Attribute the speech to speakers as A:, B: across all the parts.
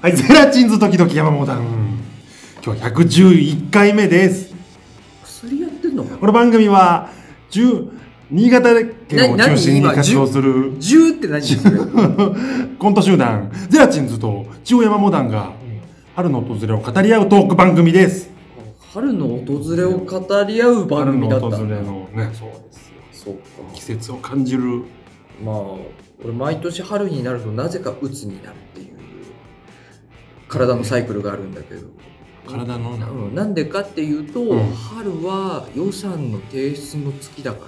A: はい、ゼラチンズ時々山本さん。今日は111回目です。
B: 薬やってんのか
A: この番組は、10新潟県を中心に
B: な何今
A: 活動する
B: 10って何それ
A: コント集団、ゼラチンズと千代山モダンが、春の訪れを語り合うトーク番組です。
B: 春の訪れを語り合う番
A: 春の
B: 組だった
A: 訪れのね、そうですよ。
B: そうか
A: 季節を感じる。
B: まあ俺毎年春になるとなぜか鬱になるっていう体のサイクルがあるんだけど、
A: 体の
B: な
A: な、
B: うんなんでかっていうと、
A: うん
B: 春は予算の提出の月だか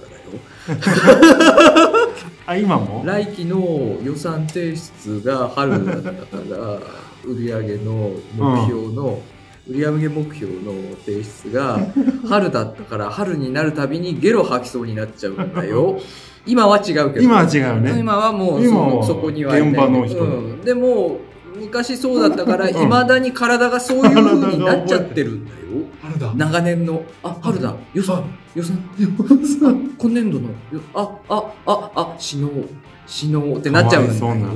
B: らだよ
A: あ、今も
B: 来期の予算提出が春だったから売上の目標の、売上目標の提出が 春だったから春になるたびにゲロ吐きそうになっちゃうんだよ今は違うけど
A: 今は違うね。
B: 今はもうそ
A: 今は
B: そこにはいない
A: 現場の人
B: うん、でも昔そうだったから
A: ん
B: いま、未だに体がそういう風になっちゃってるんだよ
A: 春だ
B: 長年のあ春だ予算 予算予算今年度のよああああ死のう死のうってなっちゃうんだよ
A: かわいそうな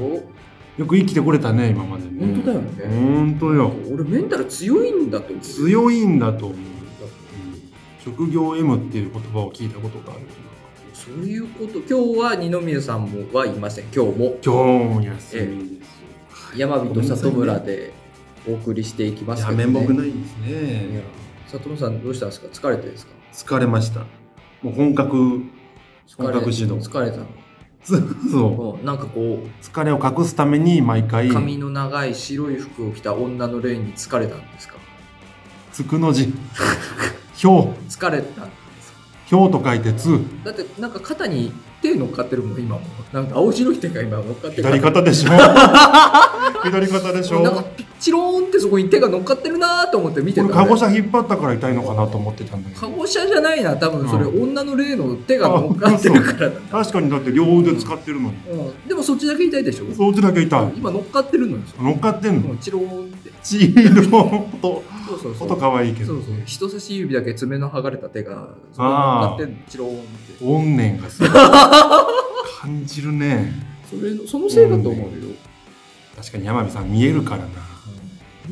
A: よく生きてこれたね、今までね。
B: 本当だよね
A: 本当よ。
B: 俺メンタル強いんだと思う
A: 強いんだと思う、職業 M っていう言葉を聞いたことがある
B: そういうこと今日は二宮さんもはいません今日も
A: 今日も休みです、
B: 山人里村でお送りしていきますけど、ね、
A: ないです
B: いや
A: ね
B: 里村さんどうしたんですか疲れてるんですか
A: 疲れましたもう本格
B: 疲れ
A: 本格指導
B: 疲れたの
A: そう
B: うんなんかこ
A: 疲れを隠すために毎回
B: う髪の長い白い服を着た女の霊に疲れたんですか
A: つくの字ひょう
B: 疲れた
A: ひょうと書いてつ
B: だってなんか肩に手乗っかってるもん今もなんか青白い手が今乗っかってる
A: 左肩でしょ 左肩でしょ
B: なんかピッチローンってそこに手が乗っかってるなーと思って見て
A: こ
B: た
A: れ
B: ね
A: カゴ車引っ張ったから痛いのかなと思ってたんだけ
B: カ
A: ど
B: ゴ車じゃないな多分それ、
A: う
B: 女の霊の手が乗っかってるからだ、
A: 確かにだって両腕使ってるのに
B: うん、でもそっちだけ痛いでしょ
A: そっちだけ痛い
B: 今乗っかってるのよ
A: 乗っかってんの
B: うんチローンって
A: チーの音
B: そうそうそう
A: 音可愛いけ
B: そ
A: ど
B: うそう人差し指だけ爪の剥がれた手がそ
A: あー
B: のってチローンって
A: 怨念がすごい感じるね
B: それのそのせいだと思うよ、
A: 確かに山火さん見えるからな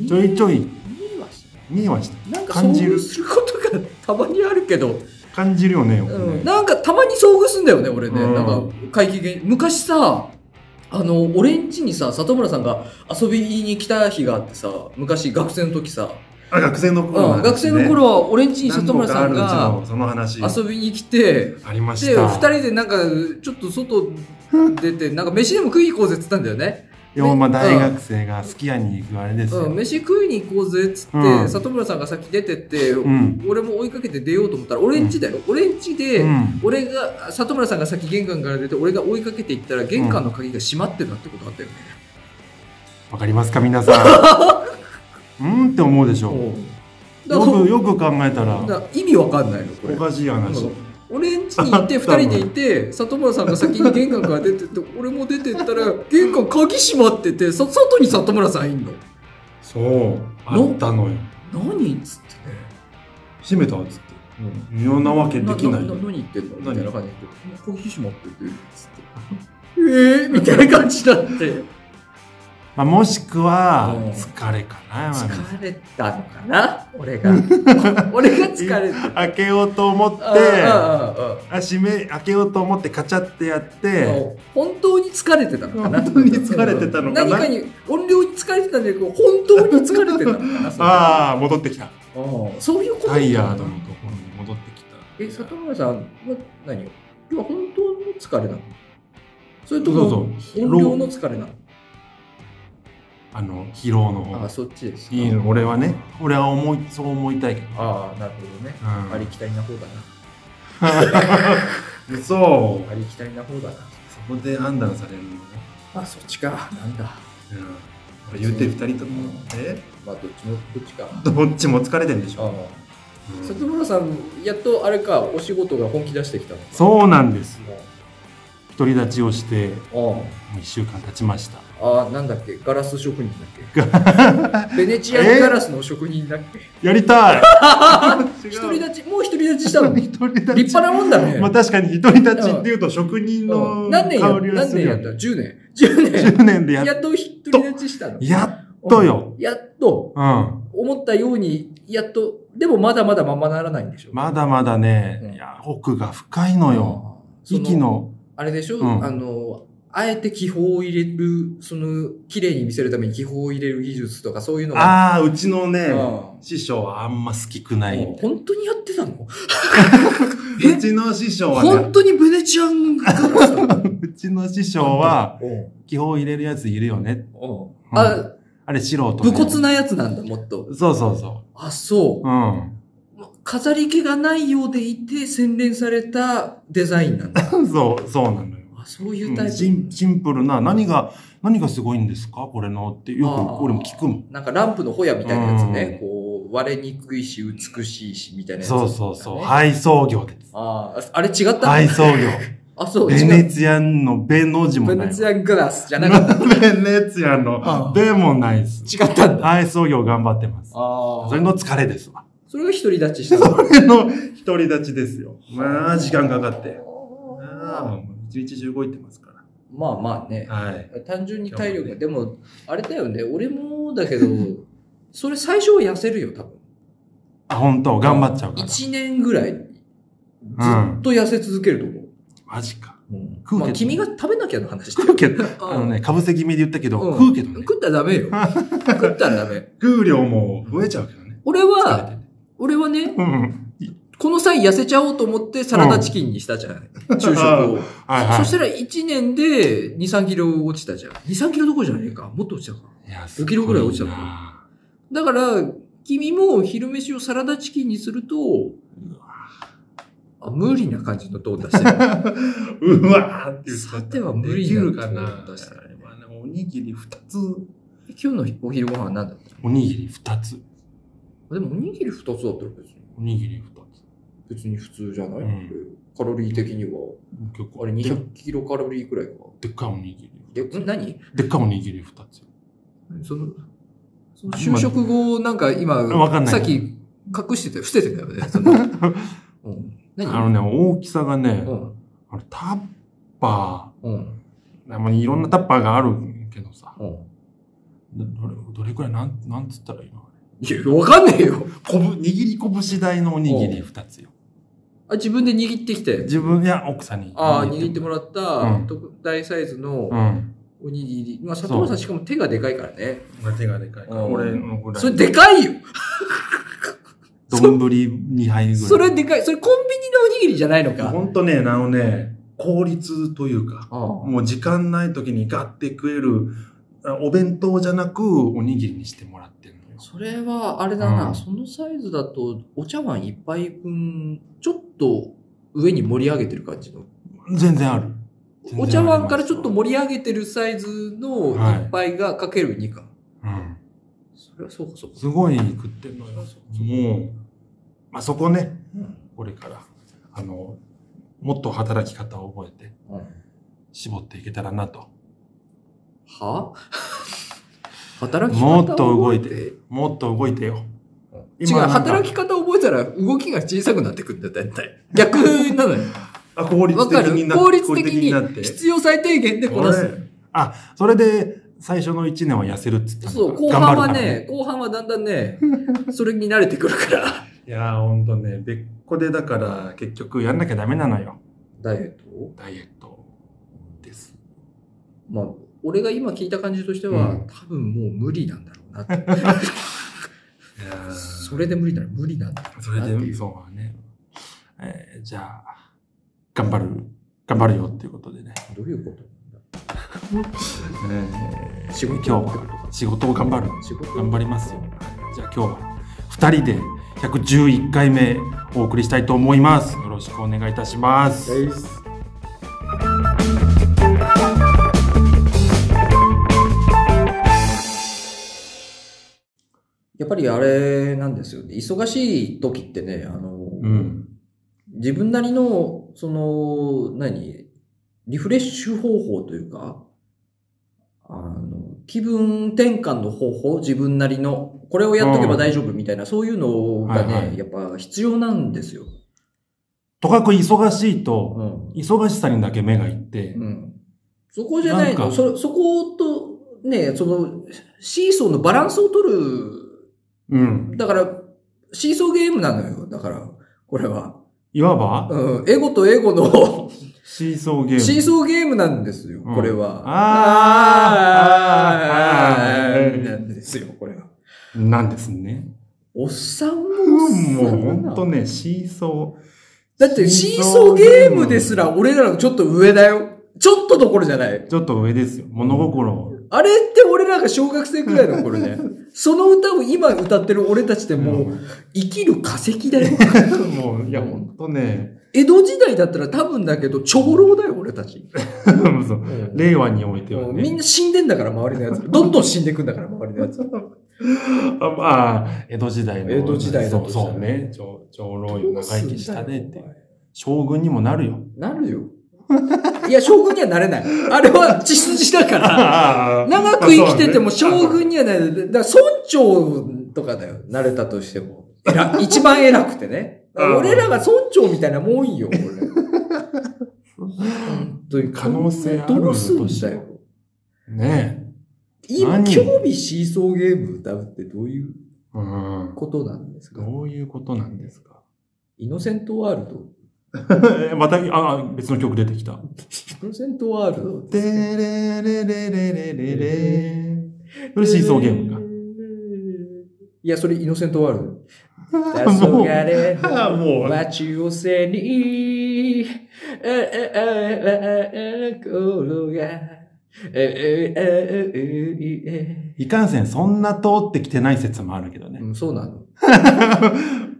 B: うん
A: ちょいちょい
B: 見えはし
A: 見えはした
B: なんか
A: 感じ
B: 遭
A: る
B: 遇することがたまにあるけど、
A: 感じるよねよく
B: う
A: ね
B: ん、なんかたまに遭遇すんだよね俺ね、
A: うん
B: なんか怪奇現昔さあの俺ん家にさ里村さんが遊びに来た日があってさ昔学生の時さ、
A: あ学生の
B: う
A: 頃の話
B: ん、
A: ね
B: 学生の頃は俺ん家に
A: 何
B: 里
A: 個
B: 村
A: か
B: さ
A: あ
B: ん
A: るうち
B: が
A: のその話
B: 遊びに来て
A: ありまし
B: で
A: た
B: 2人でなんかちょっと外出 てなんか飯でも食いに行こうぜっつったんだよね、
A: でもまあ大学生が好きやに行くあれですよ
B: うん、飯食いに行こうぜっつって、
A: うん
B: 里村さんが先出てって、
A: うん
B: 俺も追いかけて出ようと思ったら俺ん家だよ、俺ん家で、
A: うん
B: 俺が里村さんが先玄関から出て俺が追いかけていったら玄関の鍵が閉まってたってことあったよね、
A: わかりますか皆さ んうんって思うでしょ
B: だから
A: よくよく考えた
B: だ
A: ら
B: から意味わかんないのこ
A: お
B: れ
A: かしい話
B: うん俺ん家に行っ
A: あ
B: て
A: ったの
B: 2人でいて里村さんが先に玄関から出てって俺も出てったら玄関鍵閉まっててさ外に里村さんいんの
A: そうあったのよ
B: 何っつってね、
A: 閉めたっつって妙なわけできない
B: なな何言ってんのみ
A: 何
B: たいな感じで「コーヒー閉まってて」つって「えー」みたいな感じだって
A: まあ、もしくは
B: うん
A: 疲れかな、山口
B: 疲れたのかな 俺が俺が疲れて
A: 開けようと思って
B: ああああ
A: あ閉め開けようと思ってカチャってやっ
B: あ
A: て
B: 本当に疲れてたのかな
A: 本当に疲れてたのかな
B: 何かに音量に疲れてたんだけど本当に疲れてたのかなそれ
A: ああ戻ってきた
B: うんそういうこと
A: タイヤードのところに戻ってきた
B: え里村さんは何よ今本当の疲れなのそれと
A: そう
B: も
A: そう
B: 音量の疲れなの
A: あの疲労の
B: あ
A: 方
B: そっちですか
A: いいの俺はね俺は思いそう思いたいけど、
B: ああなるほどね
A: うん
B: ありきたりな方だ
A: そ
B: なありきたりな方だな
A: そこで判断されるのね、
B: あそっちかなんだ
A: うん、言うて二人ともえ
B: まあどっちもどっちか
A: どっちも疲れてんでしょ、
B: あ
A: うん
B: 里村さんやっとあれかお仕事が本気出してきたの
A: そうなんです独り立ちをしてもう1週間経ちました
B: ああああなんだっけガラス職人 だっけベネチアンガラスの職人だっけ
A: やり たい違う
B: 独り立ちもう独り立 ちしたの立
A: 独り立ち
B: 派なもんだね、
A: まあ確かに独り立ちっていうと職人
B: う
A: の
B: ん何年や
A: 香
B: っ
A: り
B: た
A: が
B: 何
A: する
B: 年や
A: よ
B: った
A: ね
B: ?10 年 ?10 年
A: 10年でや
B: や
A: っ
B: っと独り立ちしたの
A: やとよ。
B: やっと、
A: うん。
B: 思ったように、やっと、でもまだまだままならないんでしょ。
A: まだまだね、
B: うん
A: いや、奥が深いのよ。
B: そ
A: 息の、
B: あれでしょ、
A: うん
B: あの、あえて気泡を入れる、その、綺麗に見せるために気泡を入れる技術とかそういうのが。あ
A: ああ、うちのね、
B: も
A: 師匠はあんま好きくな
B: う
A: い。
B: 本当にやってたのえ
A: うちの師匠はね
B: 本、当にベネチア ンが
A: うちの師匠は、
B: うんうん
A: 気泡入れるやついるよね。うん
B: あ、
A: あれ素人、ね。
B: 武骨なやつなんだ、もっと。
A: そうそうそ。
B: あ、そう
A: うん。
B: う。飾り気がないようでいて、洗練されたデザイ ンなんだ。
A: そう、そうなのよ。
B: あそういうタ
A: うん
B: イプ。
A: シンシンプルな、何が、何がすごいんですかこれのって、よ
B: あー
A: く俺も聞くもん。
B: なんかランプのホヤみたいなやつ
A: う
B: ね
A: ん。
B: こう、割れにくいし、美しいし、みたいなやつ、
A: そうそうそう。
B: あ
A: 配送業です。
B: あ、あれ違った、
A: 配送
B: あ、そ
A: 業。
B: う、
A: ベ
B: 違
A: ネ
B: う。
A: ツィアンのベの字も
B: ベ
A: ない
B: ネ
A: わ。
B: ツィアングラスじゃなかった。
A: ベネツィアン
B: あ
A: のベもないです。
B: 違ったんだ。
A: 配送業頑張ってます。
B: ああ
A: それ。の疲れですわ。
B: それが独り立ちしたの。
A: それの独り立ちですよ。 まあ、時間かかって。ああ、もう一日中動いてますか
B: まあまあね
A: ら。。はい。
B: 単純に体力が、でも、あれだよね。俺もだけど、それ最初は痩せるよ、多分。
A: あ、本当頑張っちゃうから。
B: 1年ぐらい、ずっと痩せ続けると思う。
A: マジか。
B: うん
A: 食うけど
B: まあ、君が食べなきゃの話だよ
A: 食うけど、あのね、かぶせ気味で言ったけど、
B: うん
A: 食うけどね。
B: 食ったらダメよ。食ったらダメ。
A: 食う量も増えちゃうけどね。
B: 俺
A: 疲
B: は、
A: れて
B: 俺はね、
A: うん。
B: この際痩せちゃおうと思ってサラダチキンにしたじゃない、昼食 を。
A: はい
B: そ
A: は
B: したら1年で2、3キロ落ちたじゃん。2、3キロどころじゃねえか。もっと落ちたか。
A: い。いや、
B: 5キロぐらい落ちたの
A: た
B: だから、君も昼飯をサラダチキンにすると、あ無理な感じのトーン出して る。
A: うわーって言っちゃった
B: さては無理な
A: できるか
B: ト
A: な
B: ーン出してるね
A: まあねおにぎり二つ。
B: 今日のお昼ご飯は何だった
A: おにぎり二つ。
B: でもおにぎり2つだったら別に。
A: おにぎり二つ。
B: 別に普通じゃない、
A: うん
B: カロリー的には。
A: 結構。
B: あれ
A: で
B: 200キロカロリーくらいか。
A: でっかいおにぎ
B: で、
A: り。
B: ん何
A: でっかいおにぎり二つ。
B: その、その就職後、なんか今、
A: わかんない
B: さっき隠してたよ、伏せてたよね。 そのうん、何
A: あのね、大きさがね、
B: うん、
A: あのタッパ
B: うん、
A: ー、まあいろんなタッパーがあるけどさ、
B: うん。
A: どどれどれくらい、なん、なんつったらいいの
B: いや、わかんねえよ。
A: こぶ、握り拳大のおにぎり二つよ。
B: あ、自分で握ってきて。
A: 自分や奥さんに。
B: ああ、握っても
A: ら
B: らった、
A: うん
B: 特大サイズの
A: うん。
B: おにぎり。まあ、佐藤さ
A: そ
B: ん
A: う
B: しかも手がでかいからね。
A: 手がでかい
B: から
A: 俺のぐらい。
B: それでかいよ
A: 丼2杯ぐらい。
B: それでかい。それコンビニのおにぎりじゃないのか。
A: ほんとね、あのね、効率というか、
B: あ
A: もう時間ない時にガッて食える、あお弁当じゃなく、おにぎりにしてもらってんのよ
B: あ。それは、あれだな、
A: うん
B: そのサイズだと、お茶碗一杯分、ちょっと上に盛り上げてる感じの。
A: 全然ある。全然ありま
B: お
A: す
B: 茶碗からちょっと、盛り上げてるサイズの
A: はい
B: 一杯がかける2か。
A: うん。
B: それはそうかそうか。
A: すごい食ってんのよ。もう、まあ、そこね、
B: うん
A: これから、あの、もっと働き方を覚えて、絞っていけたらなと。
B: は 働き方
A: もっと動い
B: を覚え
A: て、もっと動いてよ。
B: 違う、
A: 今なんか
B: 働き方覚えたら動きが小さくなってくんだよ、大体。逆 なのよ。
A: あ効率
B: わ
A: 的
B: かる
A: にな
B: 効率的
A: 効
B: に
A: なって。
B: 必要最低限でこなす。
A: あ、それで、最初の1年は痩せるっつったのか
B: そう、後半は。
A: 頑張るから
B: ね、後半はだんだんね、それに慣れてくるから。
A: いやー、ほんとね、別個でだから、結局やんなきゃダメなのよ。
B: ダイエット
A: ダイエットです。
B: まあ、俺が今聞いた感じとしては、
A: うん
B: 多分もう無理なんだろうなって。
A: いやー
B: それで無理なら無理なんだろ
A: それ
B: なんてい
A: で、
B: う
A: そうはね。えーじゃあ、頑張る、頑張るよっていうことでね。
B: う。どういうこと
A: えー
B: 仕
A: 今
B: 事
A: 日は仕事を頑張る。
B: 仕事
A: 頑張りますよ。じゃあ今日は2人で111回目お送りしたいと思います。よろしくお願いいたします。
B: はいやっぱりあれなんですよね。忙しい時ってね、あの、
A: うん。
B: 自分なりの、その、何、リフレッシュ方法というか、あの、気分転換の方法、自分なりの、これをやっとけば大丈夫みたいな、そういうのがね、
A: はいはい
B: やっぱ必要なんですよ。
A: とかく忙しいうと、
B: ん。
A: 忙しさにだけ目がいって
B: う、ん。そこじゃない
A: なん
B: の。
A: か
B: そ、そこと、ね、その、シーソーのバランスを取る、
A: うん。
B: だから、シーソーゲームなのよ。だから、これは。
A: いわば、
B: うん、エゴとエゴの、
A: シーソーゲーム。
B: シーソーゲームなんですよ、
A: うん
B: これは。
A: あーあーあー
B: なんですよ、これは。
A: なんですね。
B: おっさんも
A: うん、
B: おっ
A: も
B: さ
A: うん
B: だな
A: ほんとね、シーソー。
B: だって、シーソーゲームですら、俺らのちょっと上だよ。ちょっとどころじゃない。
A: ちょっと上ですよ。物心を。
B: あれって俺らが小学生くらいの頃 ね。その歌を今歌ってる俺たちってもう、生きる化石だよ。
A: もう、いや、ほんとね、
B: 江戸時代だったら多分だけど、長老だよ、俺たち。
A: そう
B: うん
A: 令和においては
B: もうみん
A: ね。
B: な死んでんだから、周りのや つ。どんどん死んでくんだから、周りのやつ。
A: あ、まあ、江戸時代の。
B: 江戸時代だ
A: そ
B: と
A: う
B: したら
A: そうね。長長老よ、長生きしたねって
B: どうすんだよ。お前
A: 将軍にもなるよ。
B: なるよ。いや、将軍にはなれない。あれは血筋だから。長く生きてても将軍にはなれない。だから村長とかだよ。なれたとしても。偉一番偉くてね。だから俺らが村長みたいなもんよ、俺。本当に
A: 可能性ある
B: どうすんだよ。
A: ね
B: 今、
A: 何
B: 興味シーソーゲーム歌うってどういう
A: え。うん。
B: ことなんですか
A: どういうことなんですか
B: イノセントワールド
A: また、あ、別の曲出てきた。
B: イノセントワールド
A: でれれれれれれれこれシーソーゲームか。
B: いや、それイノセントワールド。
A: もう、
B: れ
A: あもう
B: 街を背に、あああああ心が、ええええ
A: いかんせんそんな通ってきてない説もあるけどね。
B: うん、そうなの。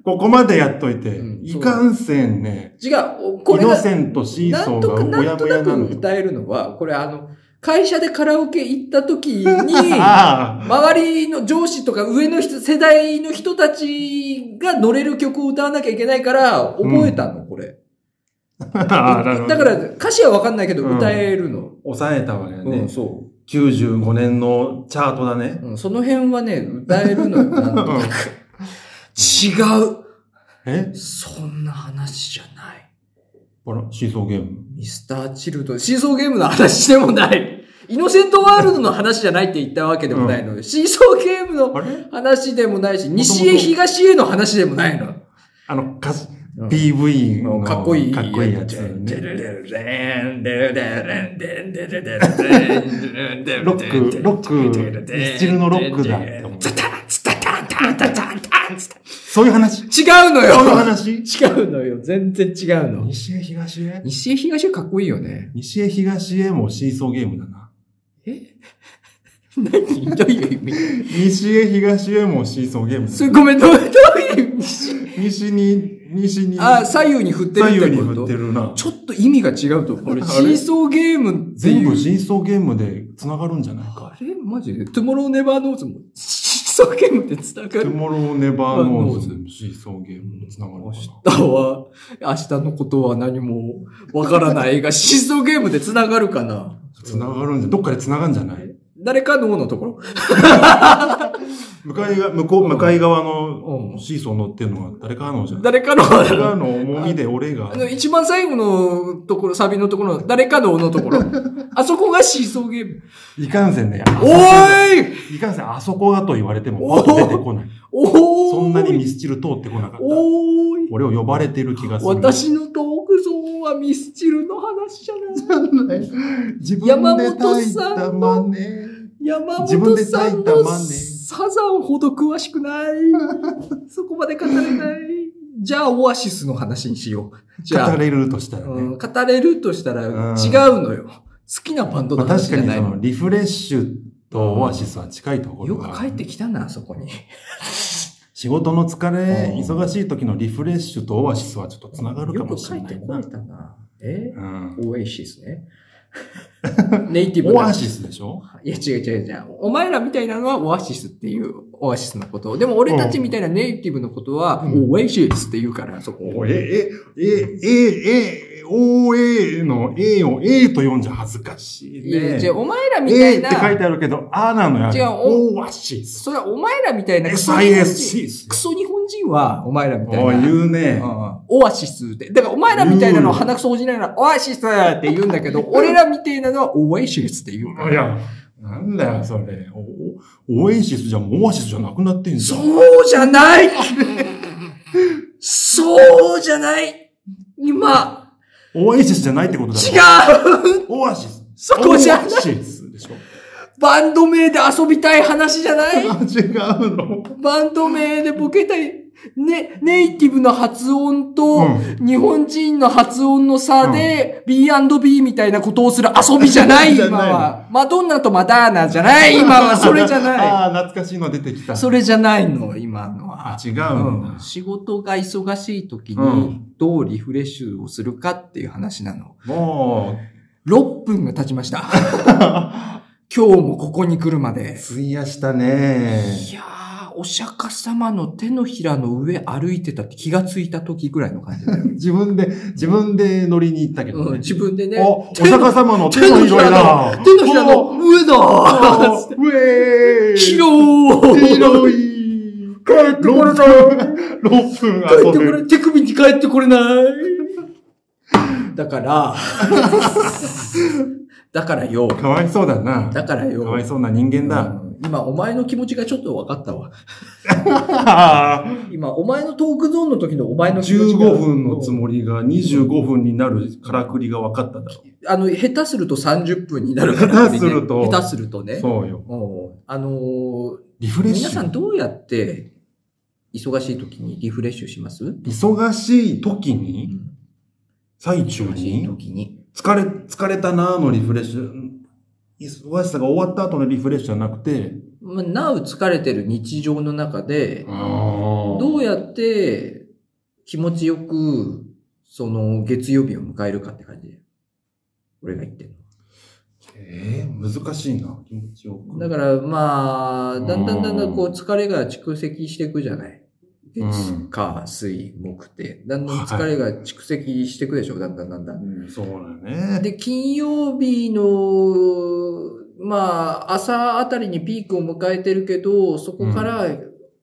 A: ここまでやっといて、
B: うん
A: いかんせんね、
B: 違う、こ
A: イ
B: れ
A: ノ
B: が、
A: セントシー
B: な
A: ソ
B: んとか、
A: ーがお
B: な
A: や
B: んと
A: ぼ
B: な
A: やな
B: く
A: のよ。
B: 歌えるのは、これあの、会社でカラオケ行った時に、
A: あ
B: 周りの上司とか上の人世代の人たちが乗れる曲を歌わなきゃいけないから、覚えたの、これ。
A: あ、ああなるほど
B: だから、歌詞はわかんないけど、
A: うん
B: 歌えるの。
A: 抑えたわけだ
B: う
A: ね
B: ん、。そう。
A: 95年のチャートだね。
B: うん、その辺はね、歌え るのよ、なんとなく。違う。
A: え
B: そんな話じゃない。
A: あら、シーソーゲーム。
B: ミスター・チルドレン、シーソーゲームの話でもない。イノセント・ワールドの話じゃないって言ったわけでもないのよ。シーソーゲームの
A: あれ
B: 話でもないし、西へ東への話でもないの。
A: あの、歌詞、
B: うん
A: PV の。
B: かっこいい。
A: かっこいいやつ、
B: デレレ
A: ね。
B: レレン、デレレレン、デレレレレン、デレレレレン
A: ロック、ロック、スチルのロックだって思う。
B: ツタン、ツタタン、タンタタン、タン、ツタ
A: そういう話
B: 違うの
A: そういう
B: よ
A: 話
B: 違うのよ。全然違うの。
A: 西へ東へ
B: 西へ東へかっこいいよね。
A: 西へ東へもシーソーゲームだな。
B: え何どういう 意
A: 西へ東へもシーソーゲームだ
B: 味それ
A: な。
B: ごめん、どうどういう意味
A: 西に、西に、
B: あ、左右に振ってる
A: 左右
B: って
A: に
B: こ
A: 振
B: と
A: ってるな。
B: ちょっと意味が違うと思う。俺、
A: あれ
B: シーソーゲームって
A: 全
B: いう
A: 部シーソーゲームで繋がるんじゃないか。
B: あれマジでトゥモローネバーノーズも、シーソーゲームって繋が
A: トゥ
B: る。
A: モローネバーノーズ
B: あノ
A: シーソーゲームで繋がる
B: 明
A: か
B: 日は、明日のことは何もわからないが、シーソーゲームで繋がるかな
A: な。繋がるんじゃ、どっかで繋がるんじゃない
B: 誰かののところ
A: 向かいが、向こう、向かい側の
B: うん
A: シーソー乗ってるのは誰かのじゃない
B: 誰かの
A: 誰かの重みで俺が
B: あ。の、一番最後のところ、サビのところ、誰かのの ところ。あそこがシーソーゲーム。
A: いかんせんね。
B: おーい
A: いかんせん、あそこがと言われても、パッと出てこない。
B: おーい
A: そんなにミスチル通ってこなかった。
B: おーい
A: 俺を呼ばれてる気がする。
B: 私のトークゾーンはミスチルの話じゃない。
A: 自
B: 分で炊いた
A: マネ。
B: 山
A: 自分
B: 本
A: で
B: さ
A: 炊
B: ん
A: いた
B: の
A: マネ
B: サザンほど詳しくない。そこまで語れない。じゃあ、オアシスの話にしよう。じゃあ
A: 語、れるとしたら
B: う
A: ね。
B: ん語れるとしたら違う
A: うん
B: のよ。好きなバンド
A: ま
B: の
A: あ、確
B: 話じ
A: か
B: ゃ
A: に
B: な
A: そ
B: い。
A: のリフレッシュとオアシスは近いとこ
B: よ
A: ろが。
B: く帰ってきたな、あそこに。
A: 仕事の疲れ、
B: うん
A: 忙しい時のリフレッシュとオアシスはちょっとつながるかもしれな
B: よ
A: い
B: く書
A: な。
B: いてこれたな。え
A: うん、
B: オエシスね。 ネイティブ
A: オア
B: な。
A: シスでしょ
B: いや、違う違う違う。お前らみたいなのはオアシスっていう、オアシスのことを。でも俺たちみたいなネイティブのことは、
A: うん
B: オエシスって言うから、そこ。
A: え、え、え、え、え、O、A の A を A と読んじゃ恥ずかしい
B: いや
A: ね。
B: 違う、お前らみた
A: A
B: い
A: って書い
B: な、
A: てあるけど、あなのよ。
B: 違う
A: オアシス。
B: それはお前らみたいなクソ日本人、
A: SIS
B: ク。ソ日本人は、お前らみたい
A: お
B: な。
A: い、言うね。
B: オアシスで。だから、お前らみたいなのを鼻くそほじりながら、オアシスって言うんだけど、俺らみたいなのは、オアシスって言うか
A: い
B: ら。
A: や、なんだよ、それ。おオエシスじゃもうオアシスじゃなくなってんじゃん。
B: そうじゃないそうじゃない今、
A: オエシスじゃないってことだろ。
B: 違う
A: オアシス。
B: そこじゃ
A: オ
B: ない
A: アシスでしょ。
B: バンド名で遊びたい話じゃない
A: あ違うの。
B: バンド名でボケたい。ね、ネイティブの発音と、
A: う
B: 日本人の発音の差で、B&B みたいなことをする遊びじゃない、
A: じ
B: 今
A: ゃない
B: は。マドンナとマダーナじゃない、今は。それじゃ
A: あ
B: な
A: あ、懐かしいの出てきた。
B: い。それじゃないの、今のは。
A: あ、違うんだ。
B: 仕事が忙しい時
A: う
B: に、どうリフレッシュをするかっていう話なの。
A: も
B: 6分が経ちました。 今日もここに来るまで
A: う、。費やしたね。
B: いやー、お釈迦様の手のひらの上歩いてたって気がついた時ぐらいの感じだよ。
A: 自分で、自分で乗りに行ったけどね。
B: うん、自分でね。
A: お、お釈迦様の手のひらだ。
B: 手のひらの上だ
A: お。ウェーイ
B: 広い
A: 広い
B: 帰ってこれない
A: 6分
B: 帰
A: 遊
B: ってこ
A: ぶ。
B: れ手首に帰ってこれ ないだ から、だからよ。
A: かわいそうだな。
B: だからよ。
A: かわいそうな人間
B: う
A: だ。
B: ん今、お前の気持ちがちょっと分かったわ。
A: 15
B: 今、お前のトークゾーンの時のお前の気持ちが
A: 分のつもりが25分になるからくりが分かっただろ。
B: あの、下手すると30分になるから、
A: 下手すると
B: 下手するとね。
A: そうよ。
B: うんあのー
A: リフレッ
B: 皆
A: シ
B: さ
A: ュ
B: ん。どうやって忙しい時にリフレッシュします、
A: 忙しい時に、最中
B: 忙しい
A: に、
B: 時に。
A: 疲れ、疲れたなーのリフレッシュ。忙しさが終わった後のリフレッシュじゃなくて、
B: まあ、なお疲れてる日常の中で、
A: ど
B: どうやって気持ちよく、その月曜日を迎えるかって感じ。俺が言ってる
A: えー、難しいな、気持ちよく。
B: の。だからまあ、だんだんだんだんこう
A: うん
B: 疲れが蓄積していくじゃない。
A: う
B: 月
A: ん、
B: 火、水、木って。だんだん疲れが蓄積していくでしょ、だんだんだんだん。
A: うん、そうだね。
B: で、金曜日の、まあ、朝あたりにピークを迎えてるけど、そこから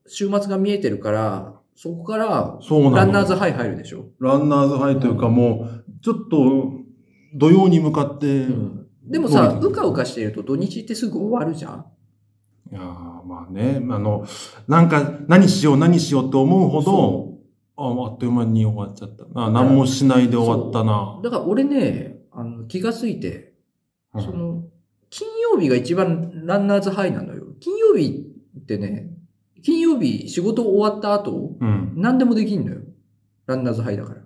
B: 週末が見えてるから、そこから
A: そうなの。
B: ランナーズハイ入るでしょ。
A: ランナーズハイというかもう、ちょっと、土曜に向かって、
B: でもさ、
A: 動
B: う
A: いて
B: か
A: る
B: うかしていると土日ってすぐ終わるじゃん。
A: いやーまあね、あの、なんか、何しよう、何しようって思うほど、ああっという間に終わっちゃったな。何もしないで終わったな。
B: だから俺ね、あの気がついて、
A: うん
B: その、金曜日が一番ランナーズハイなのよ。金曜日ってね、金曜日仕事終わった後、
A: うん。
B: 何でもできんのよ。ランナーズハイだから。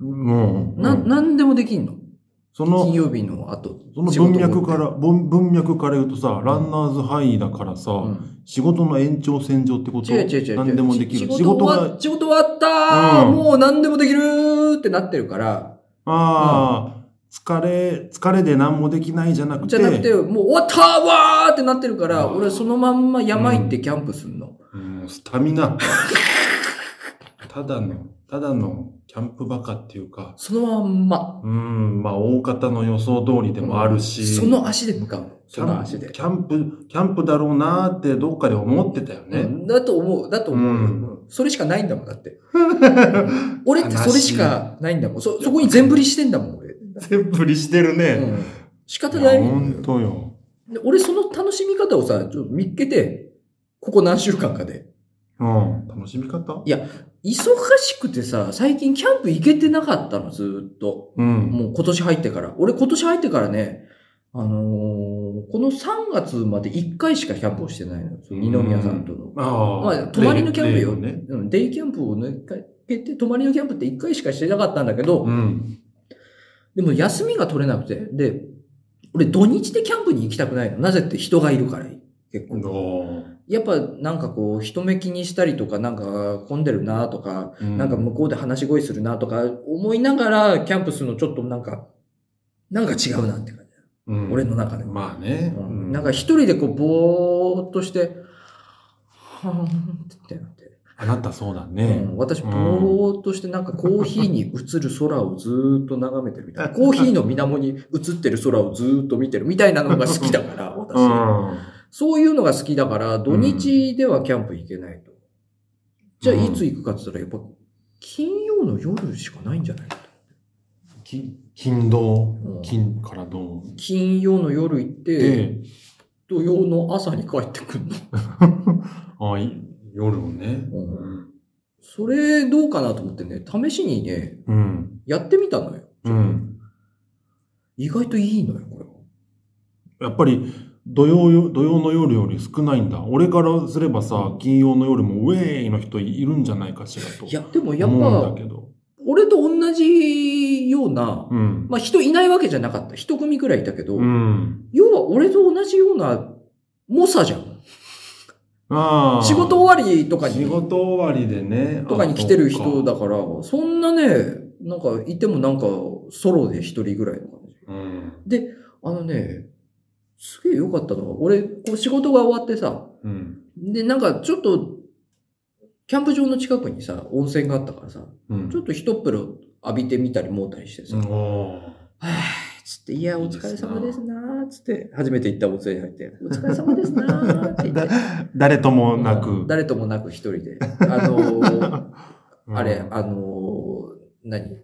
A: もう、
B: な、
A: うん
B: 何でもできんの。
A: そ
B: 金
A: の、
B: 曜日の後。
A: その
B: 仕事
A: 文
B: 終わって
A: 脈から、文文脈から言うとさ、ランナーズハイだからさ、
B: うん
A: 仕事の延長線上ってこと
B: 違う違う違う違う。
A: 何でもできる。
B: 仕仕事終わ
A: が、
B: 仕事終わったー、
A: うん
B: もう何でもできるーってなってるから、
A: ああ、疲れ、疲れで何もできないじゃなくて、
B: じゃなくて、もう終わったーわーってなってるから、
A: うん
B: 俺そのまんま山行ってキャンプすんの。
A: うんスタミナ。 ただの、ただのキャンプバカっていうか、
B: そのまんま。
A: うん、まあ、大方の予想通りでもあるし、
B: その足で向かうの。
A: キ
B: その
A: ャ
B: 足
A: ンプ、
B: で。
A: キャンプ、キャンプだろうなーってどっかで思ってたよ
B: う
A: ね。
B: んだと思う。だと思う、
A: うん
B: うんそれしかないんだもん、だって。俺ってそれしかないんだもん。そ、そこに全振りしてんだもん、俺。う
A: 全振りしてるね。
B: ん、仕方
A: い
B: な
A: や
B: い。
A: ほんとよ。
B: で俺その楽しみ方をさ、ちょっと見っけて、ここ何週間かで。
A: うん。楽しみ方
B: いや忙しくてさ、最近キャンプ行けてなかったの、ずーっと。
A: うん。
B: もう今年入ってから。俺今年入ってからね、あのーこの3月まで1回しかキャンプをしてないの。その二宮さんとの。
A: ああ。
B: まあ、泊まりのキャンプよ。
A: 例のね。
B: うんデイキャンプを抜けて、泊まりのキャンプって1回しかしてなかったんだけど、
A: うん。
B: でも休みが取れなくて。で、俺土日でキャンプに行きたくないの。なぜって人がいるから、結構。やっぱなんかこう人目気にしたりとかなんか混んでるなとか、なんか向こうで話し声するなとか思いながらキャンプするのちょっとなんか、なんか違うなって感じ。
A: うん、
B: 俺の中では。
A: まあね。
B: うんなんか一人でこうぼーっとして、はーんってなって。
A: あなたそうだ
B: う
A: ね。
B: ん、私、ぼーっとして、なんかコーヒーに映る空をずーっと眺めてるみたいな。コーヒーの水面に映ってる空をずーっと見てるみたいなのが好きだから、 私。
A: うん。
B: そういうのが好きだから、土日ではキャンプ行けないと。じゃあ、
A: うん
B: いつ行くかって言ったら、やっぱ、金曜の夜しかないんじゃないかと。
A: き金土
B: うん、
A: 金から土。
B: 金曜の夜行って、
A: で、
B: 土曜の朝に帰ってくるの。
A: あい夜をね。
B: うんそれどうかなと思ってね、試しにね、
A: うん。
B: やってみたのよ。
A: うん。
B: 意外といいのよ、これは。
A: やっぱり、土曜よ、土曜の夜より少ないんだ。俺からすればさ、金曜の夜もウェイの人いるんじゃないかしらと。
B: いや、でもやっ
A: 思うんだ
B: ぱ、
A: けど。
B: 俺と同じような、
A: うん。
B: まあ人いないわけじゃなかった。一組くらいいたけど、
A: うん。
B: 要は俺と同じような猛者じゃん。
A: ああ。
B: 仕事終わりとかに
A: 仕、事終わりでね。
B: とかに来てる人
A: だ。
B: だから、そんなね、なんかいてもなんかソロで一人ぐらいの感じ。
A: うん。
B: あのね、すげえ良かったのは、俺、こう仕事が終わってさ、
A: うん。
B: で、なんかちょっと、キャンプ場の近くにさ、温泉があったからさ、
A: うん。
B: ちょっと一風呂浴びてみたりもうたりしてさ、
A: うんおー
B: はぁ、つって、いや、
A: いい
B: お
A: です
B: 疲
A: な
B: れ様ですなぁ、つって、初めて行った温泉に入って、お疲れ様ですなぁ、って言って。
A: 誰ともなく。
B: 誰ともなく一人 で。あのー
A: うん
B: あれ、あのー何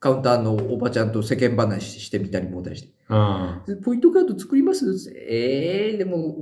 B: カウンターのおばちゃんと世間話してみたりもたりして。
A: うん。
B: でポイントカード作りますええー、でも、う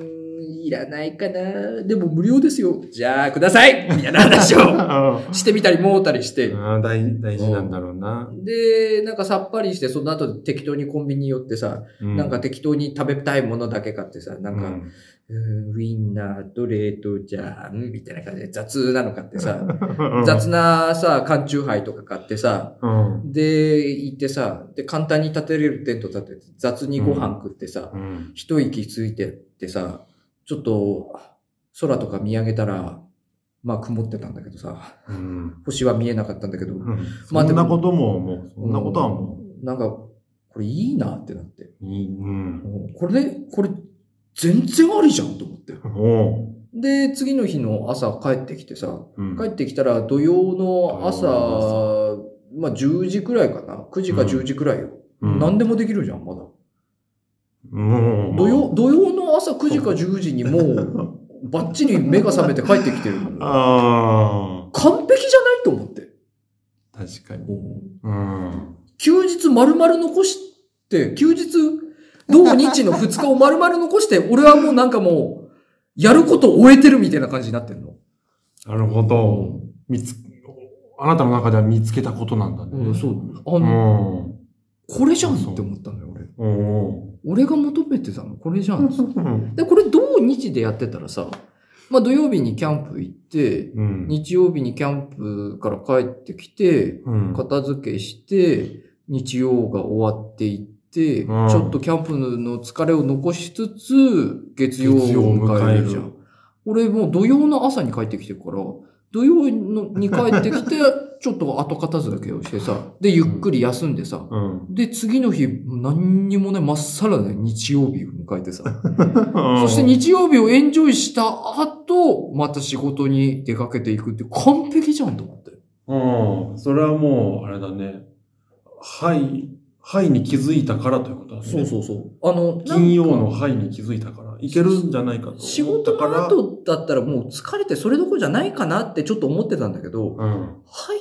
B: ーんいらないかな。でも無料ですよ。じゃあ、くださいみたいな 話をしてみたりもうたりして。
A: うん大大事なんだろうな。
B: で、なんかさっぱりして、その後適当にコンビニ寄ってさ、なんか適当に食べたいものだけ買ってさ、な
A: うん
B: か、
A: ん
B: うーんウィンナーと冷凍ジャーンみたいな感じで雑なの買ってさ、
A: か
B: 雑なさ、缶チューハイとか買ってさ、
A: うん。
B: で、行ってさ、で、簡単に立てれるテント立てて、雑にご飯食ってさ、
A: うん。
B: 一息ついてってさ、ちょっと、空とか見上げたら、まあ曇ってたんだけどさ、
A: うん。
B: 星は見えなかったんだけど、
A: うん
B: まあ
A: そ
B: でも
A: んなことも、もう、そんなことはも
B: う、なんか、これいいなってなって。
A: う、いい、うん。
B: うんこれね、これ、全然ありじゃんと思って。
A: おう。
B: で、次の日の朝帰ってきてさ、
A: うん
B: 帰ってきたら土曜の朝、
A: 土
B: まあ10時くらいかな。9時か
A: うん
B: 10時くらいよ。
A: うん
B: 何でもできるじゃん、まだ。
A: もう
B: 土曜、土曜の朝9時か10時にもう、バッチリ目が覚めて帰ってきてる。
A: あ
B: 完璧じゃないと思って。
A: あ。確かに。うん。
B: 休日丸々残して、休日、土日の2日を丸々残 して、俺はもうなんかもう、やることを終えてるみたいな感じになってんの。
A: なるほど。見つ、あなたの中では見つけたことなんだね。
B: うん、そう。あ
A: う
B: の、
A: ん。
B: これじゃんって思ったのよ、俺。
A: お
B: 俺が求めてたの、これじゃんっつって。
A: うん。
B: で、これ土日でやってたらさ、まあ土曜日にキャンプ行って、
A: うん。
B: 日曜日にキャンプから帰ってきて、
A: うん。
B: 片付けして、日曜が終わっていって、
A: うん
B: ちょっとキャンプの疲れを残しつつ、月曜を迎える
A: 月
B: じゃ
A: 曜を迎え
B: ん。俺もう土曜の朝に帰ってきてるから、土曜のに帰って きて、ちょっと後片付けをしてさ、で、ゆっくり休んでさ、
A: うん。
B: で、次の日、何にもね、まっさらね、日曜日を迎えてさ。そして日曜日をエンジョイした後、また仕事に出かけていくって完璧じゃんと思って。
A: うん。それはもう、あれだね。はい、はいに気づいたからということだね。
B: うそう。あの、
A: 金曜
B: なん
A: の
B: か
A: はいに気づいたから、いけるんじゃないかと思ったから。
B: 仕事の後だったらもう疲れてそれどころじゃないかなってちょっと思ってたんだけど、
A: うん。
B: は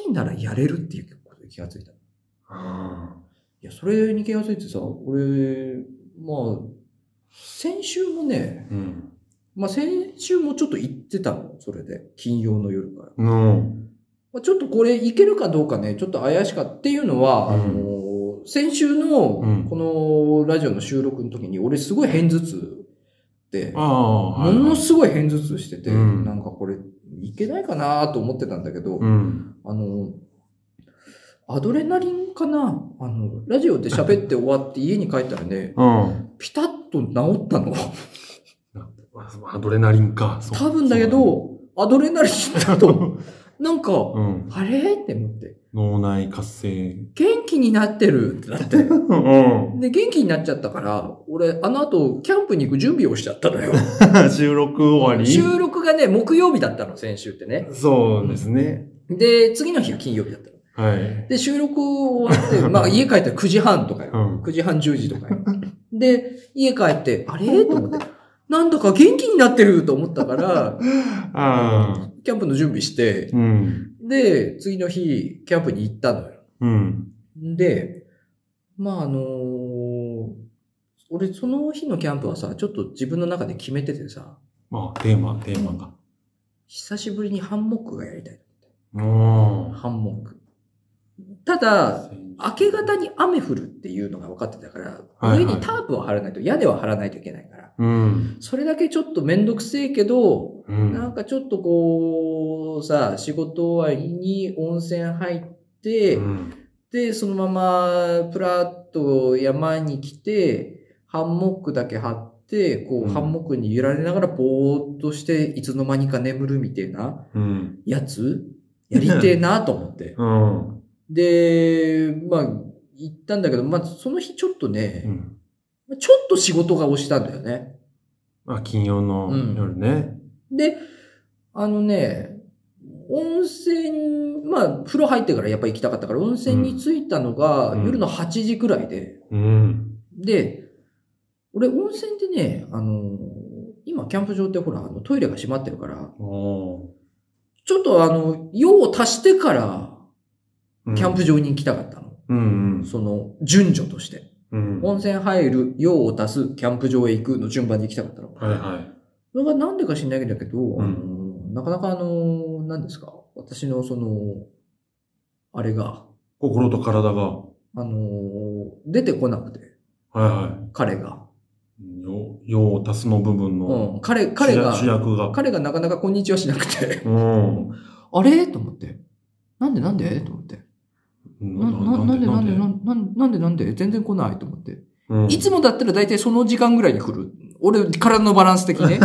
B: いならやれるっていうことに気がついた。い
A: うん
B: や、それに気がついてさ、俺、まあ、先週もね、
A: うん。
B: まあ先週もちょっと行ってたの、それで。金曜の夜から。
A: うん。
B: まあ、ちょっとこれいけるかどうかね、ちょっと怪しかったっていうのは、
A: うん
B: あのー先週の
A: うん
B: このラジオの収録の時に、俺すごい偏頭痛で、
A: ああ、はい。
B: ものすごい偏頭痛してて、
A: うん
B: なんかこれいけないかなと思ってたんだけど、
A: うん。
B: あのーアドレナリンかなあの、ラジオで喋って終わって家に帰ったらね、
A: うん。
B: ピタッと治った の。
A: アドレナリンか。そう
B: 多分だけ、
A: そう
B: ど、アドレナリンだと、なんか、
A: だねうん。
B: あれって思って、
A: 脳内活性。
B: 元気になってるってなって。
A: うん。
B: で、元気になっちゃったから、俺、あの後、キャンプに行く準備をしちゃったのよ。
A: 収録終わり
B: 収録がね、木曜日だったの、先週ってね。
A: そうですね。
B: で、次の日が金曜日だったの。
A: はい。
B: で、収録終わって、まあ、家帰ったら9時半とか
A: う
B: よ。
A: ん。
B: 9時半、10時とかよ。で、家帰って、あれと思って、なんだか元気になってると思ったから、
A: ああ。
B: キャンプの準備して、
A: うん。
B: で、次の日、キャンプに行ったのよ。
A: うん。
B: で、まああのー俺その日のキャンプはさ、ちょっと自分の中で決めててさ、
A: まあ、テーマ、テーマが。
B: 久しぶりにハンモックがやりたい。
A: うん。
B: ハンモック。ただ、明け方に雨降るっていうのが分かってたから、
A: はいはい
B: 上にタープを張らないと、屋根は張らないといけないから、
A: うん。
B: それだけちょっとめんどくせえけど、
A: う
B: なん
A: ん。
B: かちょっとこう、さ、仕事終わりに温泉入って、
A: うん
B: で、そのまま、プラッと山に来て、ハンモックだけ張って、こ
A: うん
B: う、ハンモックに揺られながらぼーっとして、いつの間にか眠るみたいな
A: うん。
B: やつ、やりてえなと思って。
A: うん。
B: で、まあ、行ったんだけど、まあ、その日ちょっと
A: う
B: ね、
A: ん。
B: ちょっと仕事が押したんだよね。
A: あ、金曜の夜ね。
B: で、あのね、温泉、まあ、風呂入ってからやっぱ行きたかったから、温泉に着いたのが
A: うん
B: 夜の8時くらいで、
A: うん。
B: で、俺温泉ってね、あの、今キャンプ場ってほら、あのトイレが閉まってるから、
A: お
B: ちょっとあの、用を足してから、
A: ー
B: キャンプ場に行きたかったの。
A: うん。
B: その、順序として。
A: うん。うん。
B: 温泉入る、用を足す、キャンプ場へ行くの順番に行きたかったの。
A: はいはい。
B: それがなんでか知んないけど、
A: ん
B: あのなかなかあの、何ですか、私のその、あれが、
A: 心と体が。
B: あの、出てこなくて、
A: はいは
B: 彼が。
A: い。よ、よう足すの部分の。
B: うん、彼、彼が、
A: 主役主役が。
B: 彼がなかなかこんにちはしなくて、
A: うん。
B: あれと思って。なんでなんでと思って。なななんでなんでなんなんなんでなんで全然来ないと思って。
A: うん
B: いつもだったら大体その時間ぐらいに来る。俺、体のバランス的ね。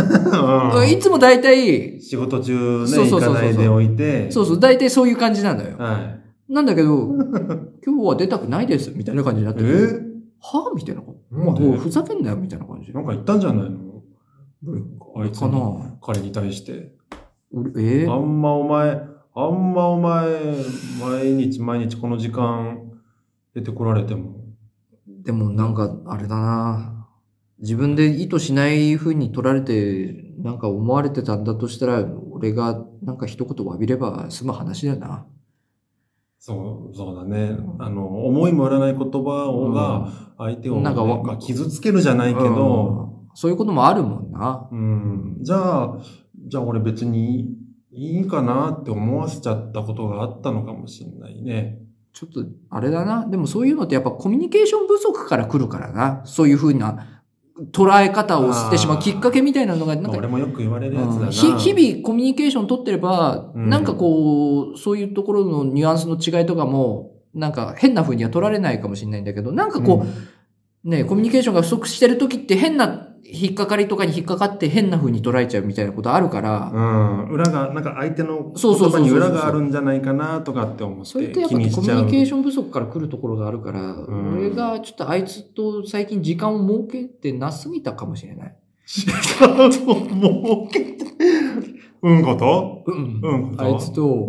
A: うん
B: いつも大体、
A: 仕事中ね、
B: そうそ
A: 行
B: うそうそ
A: か
B: う
A: ないでおいて。
B: そうそう、大体そういう感じなのよ。
A: はい。
B: なんだけ ど、今日は出たくないです、みたいな感じになってて
A: え
B: はぁみたいな。お
A: なんで
B: 前ふざけんなよ、みたいな感じ。
A: なんか言ったんじゃないのあいつ
B: かな
A: に彼に対して。
B: 俺え
A: あ
B: ー
A: んまお前、あんまお前、毎日毎日この時間出てこられても。
B: でもなんか、あれだな自分で意図しない風に取られて、なんか思われてたんだとしたら、俺がなんか一言詫びれば済む話だよな。
A: そう、そうだね。あの、思いもよらない言葉をが、相手をね、
B: なんかわ
A: まあ、傷つけるじゃないけど、
B: うんそういうこともあるもんな。
A: うん。じゃあ、じゃあ俺別にいいかなって思わせちゃったことがあったのかもしれないね。
B: ちょっと、あれだな。でもそういうのってやっぱコミュニケーション不足から来るからな。そういう風な捉え方をしてしまうきっかけみたいなのが、な
A: ま
B: ん
A: あ
B: か
A: 俺もよく言われるやつだ
B: う
A: な。
B: んひ日々コミュニケーション取ってれば、
A: うん
B: なんかこう、そういうところのニュアンスの違いとかも、なんか変な風には取られないかもしれないんだけど、なんかこう、ね、コミュニケーションが不足してる時って変な引っかかりとかに引っかかって変な風に捉えちゃうみたいなことあるから、
A: うん、裏が、なんか相手の
B: そ
A: 言
B: うそうそう
A: 葉
B: そう
A: に裏があるんじゃないかなとかって思って
B: それってやっ
A: 気
B: ぱコミ
A: にしちゃ
B: ュ
A: う
B: ニ。ケーション不足から来るところがあるから、
A: ん
B: 俺がちょっとあいつと最近時間を設けてなすぎたかもしれない。
A: もう、うんこと
B: うん
A: うん
B: あい つと、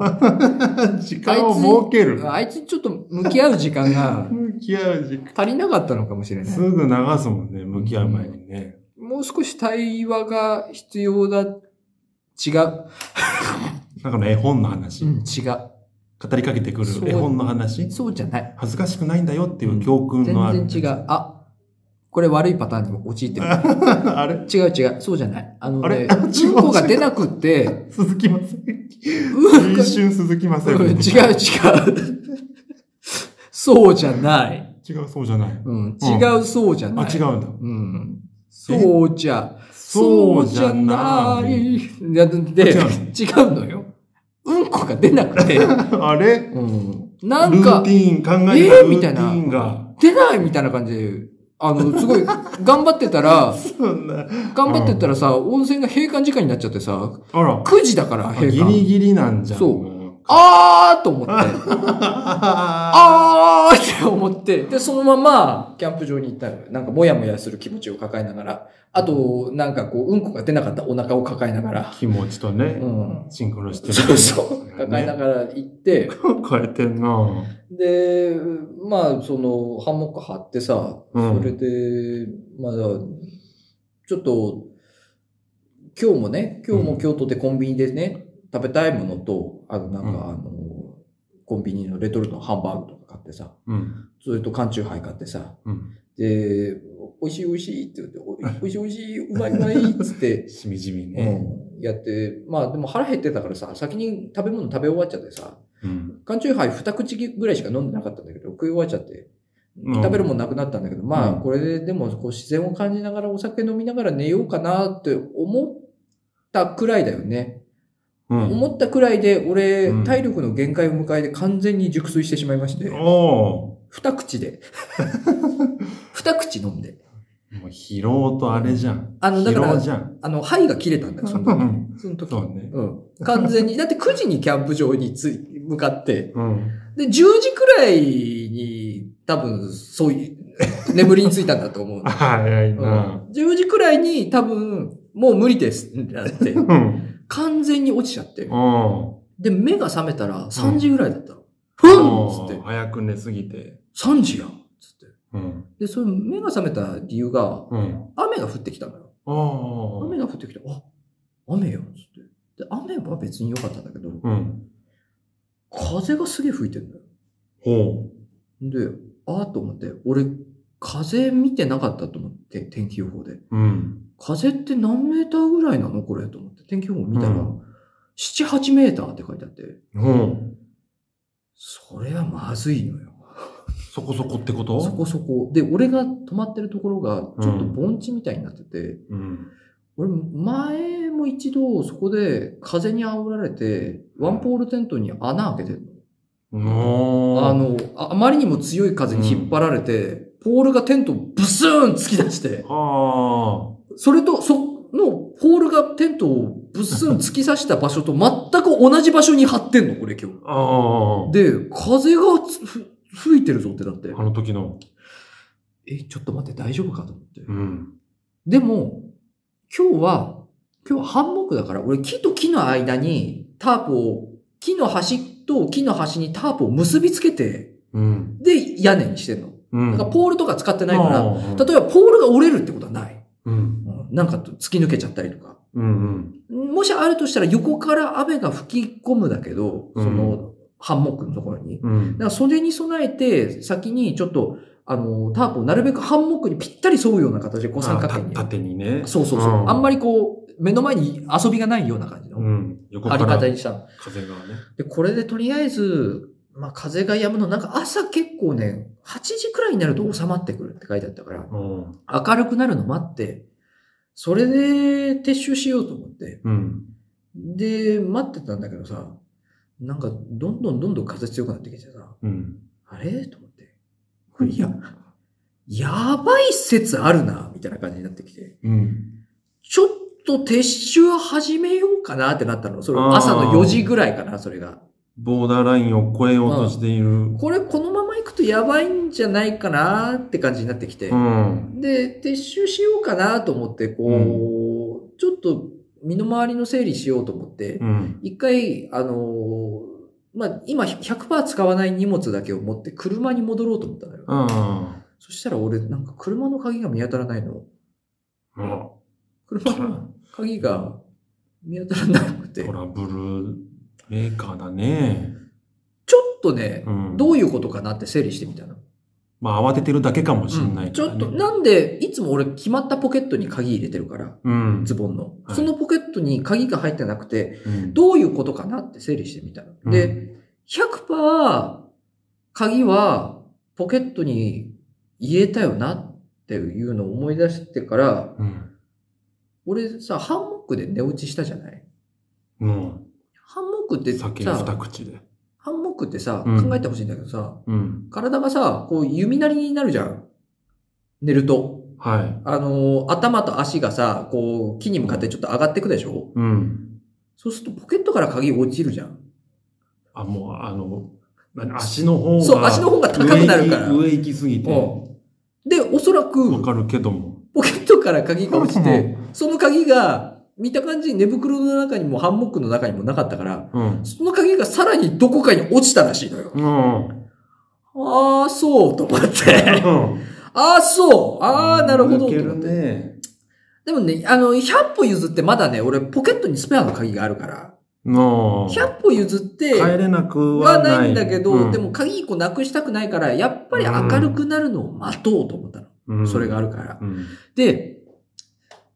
A: 時間を設ける。
B: あいつにちょっと向き合う時間が
A: 向き合う時間。
B: 足りなかったのかもしれない
A: す。ぐ流すもんね、向き合う前にね。
B: もう少し対話が必要だ。違う。
A: なんかの絵本の話。
B: うん、違う。
A: 語りかけてく
B: そう
A: る絵本の話。
B: そうじゃない。
A: 恥ずかしくないんだよっていう教訓のある。
B: 全然違う。あ、これ悪いパターンにも陥ってる。
A: あれ
B: 違う違う。そうじゃない。あの
A: あれ
B: ね、
A: 違う
B: うんこが出なくって、
A: 続きません。
B: うんこ
A: 一瞬続きません。
B: うん違う違う。そうじゃない。
A: 違う、そうじゃない。
B: うん、違うそうじゃな
A: あ、
B: い。
A: 違うんだ。
B: うん。そうじゃ、
A: そうじゃな
B: そう
A: い。
B: じゃない。で、違
A: 違う
B: うのよ。うんこが出なくて、
A: あれ
B: うん。なん
A: ルー
B: か
A: テ、ィーン、考え
B: え
A: た
B: ー
A: ルー
B: み
A: ティ
B: たいな
A: ーンが。
B: 出ないみたいな感じで、あの、すごい、頑張ってたら、
A: そんな。
B: 頑張ってたらさ、温泉が閉館時間になっちゃってさ、
A: あら、
B: 9時だから閉
A: ギリ
B: 館。
A: ギリなんじゃん。
B: そう
A: もう。
B: あーと思って、
A: あ
B: あーって思って、で、そのまま、キャンプ場に行ったのよ。なんか、もやもやする気持ちを抱えながら、あと、なんかこう、うんこが出なかったお腹を抱えながら、
A: 気持ちと
B: う
A: ね、
B: ん。
A: シンクロしてる。
B: そうそう、抱えな
A: ね
B: がら行って、
A: 抱えてんな
B: で、まあ、その、ハンモック張ってさ、
A: う
B: それ
A: ん。
B: で、まあ、ちょっと、今日もね、今日も京都でコンビニでね、食べたいものと、あの、なんか、
A: うん
B: あの、こンビニのレトルトのハンバーグとか買ってさ、
A: うん。
B: それと缶チューハイ買ってさ、
A: うん。
B: で、美味しい美味しいって言って、お美味しい美味しい、うまいうまいっつっ て、
A: しみじみ
B: う
A: ね。
B: ん、やって、まあでも腹減ってたからさ、先に食べ物食べ終わっちゃってさ、
A: うん。
B: 缶チューハイ二口ぐらいしか飲んでなかったんだけど、食い終わっちゃって、
A: うん
B: 食べるもんなくなったんだけど、まあ
A: うん
B: これででもこう自然を感じながらお酒飲みながら寝ようかなって思ったくらいだよね。
A: うん。
B: 思ったくらいで、俺、
A: うん
B: 体力の限界を迎えて完全に熟睡してしまいまして、
A: お
B: 二口で。 二口飲んで。
A: ーもう疲労とあれじゃん。
B: あのだから
A: 疲労じゃん。
B: あの、肺が切れたんだよ、その
A: う
B: 時。
A: ん。
B: その時
A: そうね。
B: うん。完全に。だって9時にキャンプ場につい向かって、
A: うん。
B: で、10時くらいに、多分、そういう、眠りについたんだと思う。
A: 早 いうな。
B: ん、10時くらいに、多分、もう無理です。だって、
A: うん。
B: 完全に落ちちゃって
A: う。ん。
B: で、目が覚めたら3時ぐらいだったの。ふんっつって、
A: 早く寝すぎて。
B: 3時やんつって。
A: うん。
B: で、その目が覚めた理由が、
A: うん。
B: 雨が降ってきたのよ。
A: ああ。
B: 雨が降ってきて、あ、雨やんつって。で、雨は別に良かったんだけど、
A: うん。
B: 風がすげえ吹いてるのよ。
A: ほ
B: で、ああと思って、俺、風見てなかったと思って、天気予報で。
A: う。うん。
B: 風って何メーターぐらいなのこれと思って、天気予報見たら、
A: うん
B: 7、8メーターって書いてあって、
A: ほう。
B: それはまずいのよ。
A: そこそこってこ
B: そ
A: と
B: こそこ。で、俺が泊まってるところが、ちょっと盆地みたいになってて、
A: うん。
B: 俺、前も一度、そこで風に煽られて、ワンポールテントに穴開けてるの。
A: お
B: あ、のあ、あまりにも強い風に引っ張られて、ポールがテントをブスーン突き出して、
A: あ
B: それと、その、ポールがテントをぶっすん突き刺した場所と全く同じ場所に張ってんの、これ今日。
A: あ。ああ。
B: で、風がつふ吹いてるぞってなって
A: あ。の時の。
B: え、ちょっと待って、大丈夫かと思って。
A: うん。
B: でも、今日は、今日はハンモックだから、俺木と木の間にタープを、木の端と木の端にタープを結びつけて、
A: うん。
B: で、屋根にしてんの。
A: うん。
B: だからポールとか使ってないから、
A: ら
B: 例えばポールが折れるってことはない。
A: うん。
B: うんなんか突き抜けちゃったりとか。
A: うん。
B: もしあるとしたら横から雨が吹き込むだけど、
A: うん
B: その、ハンモックのところに。だ
A: うん。
B: から袖に備えて、先にちょっと、あの、タープをなるべくハンモックにぴったり沿うような形で、こう三角形
A: あ
B: に。
A: た縦にね。
B: そうそうそう。
A: うん
B: あんまりこう、目の前に遊びがないような感じ
A: う
B: の、
A: ん。横か
B: あり方
A: ら
B: にしたの。
A: 風がね。
B: で、これでとりあえず、まあ、風が止むの、なんか朝結構ね、8時くらいになると収まってくるって書いてあったから、
A: うん。
B: 明るくなるの待って、それで撤収しようと思って、
A: うん。
B: で、待ってたんだけどさ、なんか、どんどんどんどん風強くなってきてさ、
A: うん。
B: あれと思って。これ、や、やばい説あるな、みたいな感じになってきて。
A: うん。
B: ちょっと撤収始めようかなってなったの。それ、
A: あー
B: 朝の4時ぐらいかな、それが。
A: ボーダーラインを越えようとしている。
B: これ、このまま行くとやばいんじゃないかなって感じになってきて
A: う。ん。
B: で、撤収しようかなと思って、こう、ちょっと身の回りの整理しようと思って、
A: うん。
B: 一回、あのーまあ、今100%使わない荷物だけを持って車に戻ろうと思ったのよ。
A: うん。
B: そしたら俺、なんか車の鍵が見当たらないの。
A: うん
B: 車の鍵が見当たらなくて
A: ト、ラブルメーカーだね。
B: ちょっとね、
A: うん。
B: どういうことかなって整理してみたの。
A: まあ、慌ててるだけかもし
B: うん
A: ない
B: ち
A: から
B: ょ
A: ね、
B: っと、なんで、いつも俺決まったポケットに鍵入れてるから、
A: うん。
B: ズボンの。
A: はい
B: そのポケットに鍵が入ってなくて、
A: うん
B: どういうことかなって整理してみたの。で、100%鍵はポケットに入れたよなっていうのを思い出してから、
A: うん。
B: 俺さ、ハンモックで寝落ちしたじゃない
A: うん。
B: ハンモックってさ
A: 酒、二口で。
B: ハンモックってさ、
A: うん
B: 考えてほしいんだけどさ、
A: うん。
B: 体がさ、こう弓なりになるじゃん。寝ると。
A: はい。
B: あのー頭と足がさ、こう、木に向かってちょっと上がってくでしょ
A: うん。
B: そうするとポケットから鍵落ちるじゃん。
A: あ、もう、あの、何足の方が。
B: そう、足の方が高くなるから。
A: 上行き上行きすぎて。わ
B: うんで、おそらく、
A: かるけども。
B: ポケットから鍵が落ちて、
A: う
B: その鍵が、見た感じ寝袋の中にもハンモックの中にもなかったから、
A: うん。
B: その鍵がさらにどこかに落ちたらしいのよ。
A: うん。
B: ああ、そう、と思って。 ああ、そう、ああ、なるほど、と
A: 抜け
B: 思
A: る
B: って。
A: ね。
B: でもね、あの、100歩譲ってまだね、俺ポケットにスペアの鍵があるから、
A: の
B: 100歩譲って
A: 帰れなく
B: は
A: はない。
B: ないんだけど、
A: うん
B: でも、鍵1個なくしたくないから、やっぱり明るくなるのを待とうと思ったの。
A: うん
B: それがあるから。
A: うん
B: で、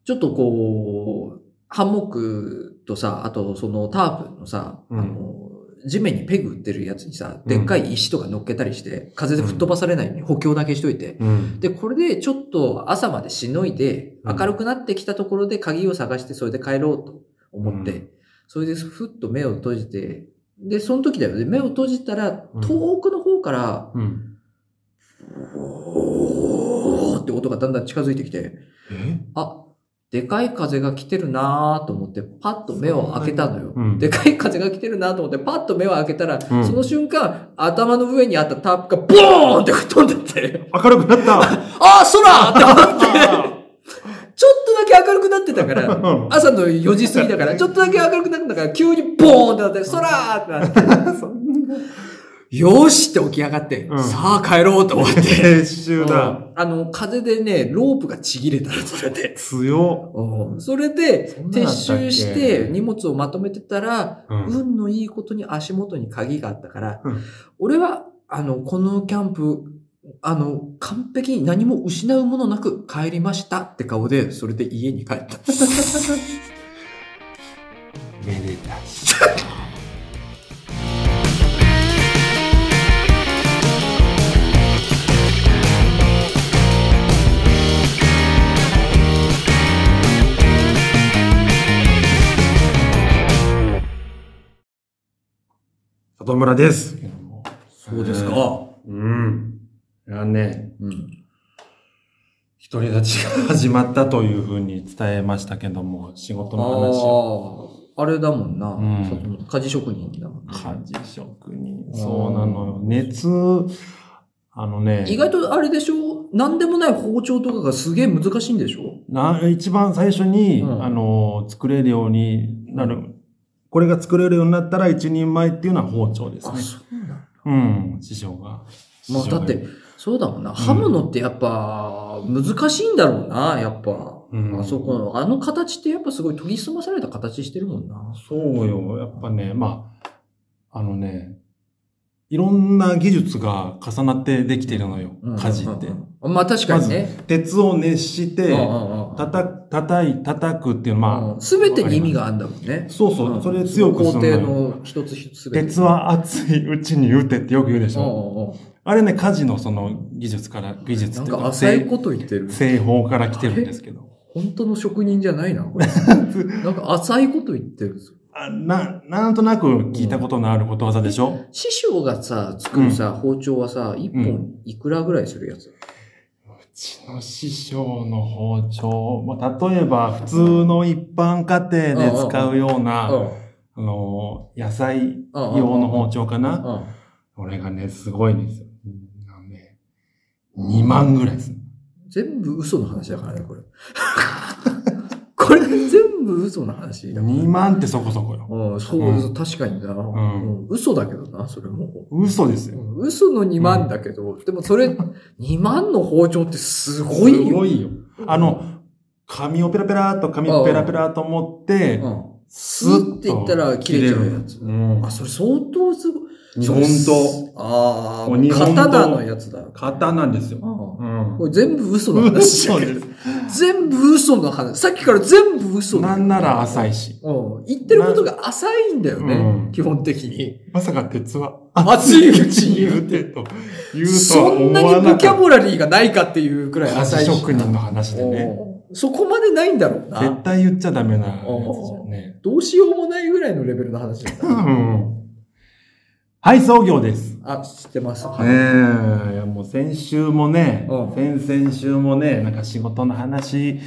B: ちょっとこう、ハンモックとさ、あとそのタープのさ、
A: うん
B: あの、地面にペグ打ってるやつにさ、でっかい石とか乗っけたりして、風で吹っ飛ばされないように補強だけしといて。
A: うん。
B: で、これでちょっと朝までしのいで、
A: うん
B: 明るくなってきたところで鍵を探して、それで帰ろうと思って、
A: うん
B: それでふっと目を閉じて、で、その時だよね。目を閉じたら、
A: うん
B: 遠くの方から、
A: うん。
B: おーって音がだんだん近づいてきて、
A: え
B: あ、でかい風が来てるなーと思って、パッと目を開けたのよ。
A: うん
B: でかい風が来てるなと思って、パッと目を開けたら、
A: うん
B: その瞬間、頭の上にあったタープがボーンって飛んでって、
A: 明るくなった
B: あー空って思って、
A: あ
B: ちょっとだけ明るくなってたか
A: ー
B: ら、
A: うん
B: 朝の4時過ぎだから、ちょっとだけ明るくなったから、急にボーンってなって、空ーってなって、よーしって起き上がって、
A: うん
B: さあ帰ろうと思って。
A: 練習だ。
B: あの、風でね、ロープがちぎれたらそれで。
A: 強。
B: それで
A: そん、なのあ
B: 撤
A: ったっけ
B: 収して荷物をまとめてたら、
A: うん
B: 運のいいことに足元に鍵があったから、
A: うん
B: 俺は、あの、このキャンプ、あの、完璧に何も失うものなく帰りましたって顔で、それで家に帰った。
A: めでたい。里村です。
B: そうですか。
A: うん。いやね、
B: うん。
A: 独り立ちが始まったというふうに伝えましたけども、仕事の話を。
B: ああ、あれだもんな。
A: うん
B: その鍛冶職人だもんな。
A: 家事職人。
B: うん
A: そうなのよ。熱、あのね、
B: 意外とあれでしょ何でもない包丁とかがすげえ難しいんでしょ
A: な一番最初に、
B: うん
A: あの、作れるようになる。これが作れるようになったら一人前っていうのは包丁ですね。
B: うなんだ。
A: うん、師匠が。
B: まあ
A: 師匠
B: だ
A: が
B: って、、そうだもんな。刃物ってやっぱ難しいんだろうな、やっぱ。
A: うん
B: あそこの、あの形ってやっぱすごい研ぎ澄まされた形してるもんな。
A: そうよ。やっぱね、まあ、あのね、いろんな技術が重なってできてるのよ。
B: うん
A: 家事って。。
B: まあ確かにね。
A: 鉄を熱して、
B: 叩
A: 叩く、叩い、叩くっていうのは、まあ、
B: すべてに意味があるんだもんね。
A: そうそう、
B: ん
A: それで強くす
B: 工
A: る
B: 程
A: のよ
B: の一つ一つすべて。
A: 鉄は熱いうちに打てってよく言うでし
B: うんう
A: ょ。
B: んうん
A: あれね、家事のその技術から、技術
B: な
A: っ
B: ん
A: ていう
B: か
A: か、
B: 浅い
A: 製
B: こと言ってる。
A: 製法から来てるんですけど。
B: 本当の職人じゃない な、これ。なんか浅いこと言ってる。
A: あな、なんとなく聞いたことのあることわざでしょ、
B: 師匠がさ、作るさ、包丁はさ、一本いくらぐらいするやつ、
A: うちの師匠の包丁、まあ、例えば普通の一般家庭で使うような、
B: うん
A: あの、野菜
B: うん
A: 用の包丁かな。
B: うん
A: これがね、すごいんですよ。あのね、2万ぐらいでする。
B: 全部嘘の話だからね、これ。 これ全部嘘の話だから。
A: 2万ってそこそこよ。
B: うん、そう、
A: うん
B: 確かにな、
A: ん
B: うん嘘だけどな、それも。
A: 嘘です
B: う
A: よ。
B: ん嘘の2万だけど、でもそれ、2万 の包丁ってすごいよ。
A: すごいよ。あの、紙をペラペラっと、紙をペラペラっと持って
B: う、ん、
A: スッと
B: スッていったら切れちゃうやつ
A: 切れるうん
B: あ、それ相当すごい。
A: 日本刀。
B: 刀。あ
A: もう
B: あ、
A: 日本刀
B: 刀のやつだ。うん
A: 刀なんですよ。うん
B: こ。れ全部嘘の話だ
A: 嘘
B: けど
A: で
B: 全部嘘の話。さっきから全部
A: す。
B: 嘘だ
A: なんなら浅いし。
B: うん。言ってることが浅いんだよね。
A: うん
B: 基本的に。
A: まさか鉄は
B: 熱いうちに
A: 言うてと言うとは
B: そん
A: 思
B: なに
A: わな
B: ボキ
A: か
B: ャ
A: っ
B: ボラリーがないかっていうくらい
A: た。
B: 浅い
A: 家
B: し
A: 事職人の話でね。
B: うんそこまでないんだろうな
A: 絶。対言っちゃダメなやつじゃんね。
B: どうしようもないぐらいのレベルの話だっ
A: う
B: た。
A: ん。はい、創業です。
B: あ、知ってます。
A: ねえ、いやもう先週もね、
B: う
A: 先々週もね、なんか仕事の話、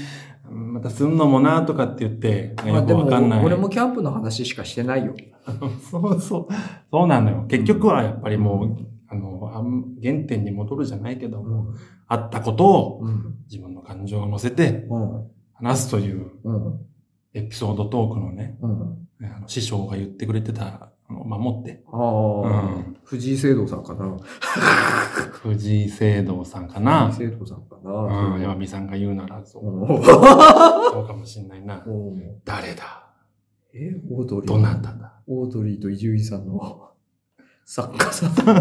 A: またすんのもなとかって言って、
B: まあ
A: よ
B: で
A: くわかんない。
B: も、俺もキャンプの話しかしてないよ。
A: そうそう。そうなのよ。結局はやっぱりもう、あの、あん原点に戻るじゃないけど
B: う
A: も、
B: ん。
A: あったことを
B: うん。
A: 自分の感情を乗せて
B: うん。
A: 話すという
B: うん。
A: エピソードトークのね、
B: うん。
A: あの師匠が言ってくれてたのを守って、う
B: ああ、
A: ん、
B: 藤井聖堂さんかな。
A: 藤井聖堂さんかな、
B: 藤井聖堂さんかな。
A: うん、山美さんが言うならそう
B: うん
A: そうかもしんないな。
B: うん
A: 誰だ
B: え、オードリー。
A: どなただ
B: オードリーと伊集院さんの 作家さん。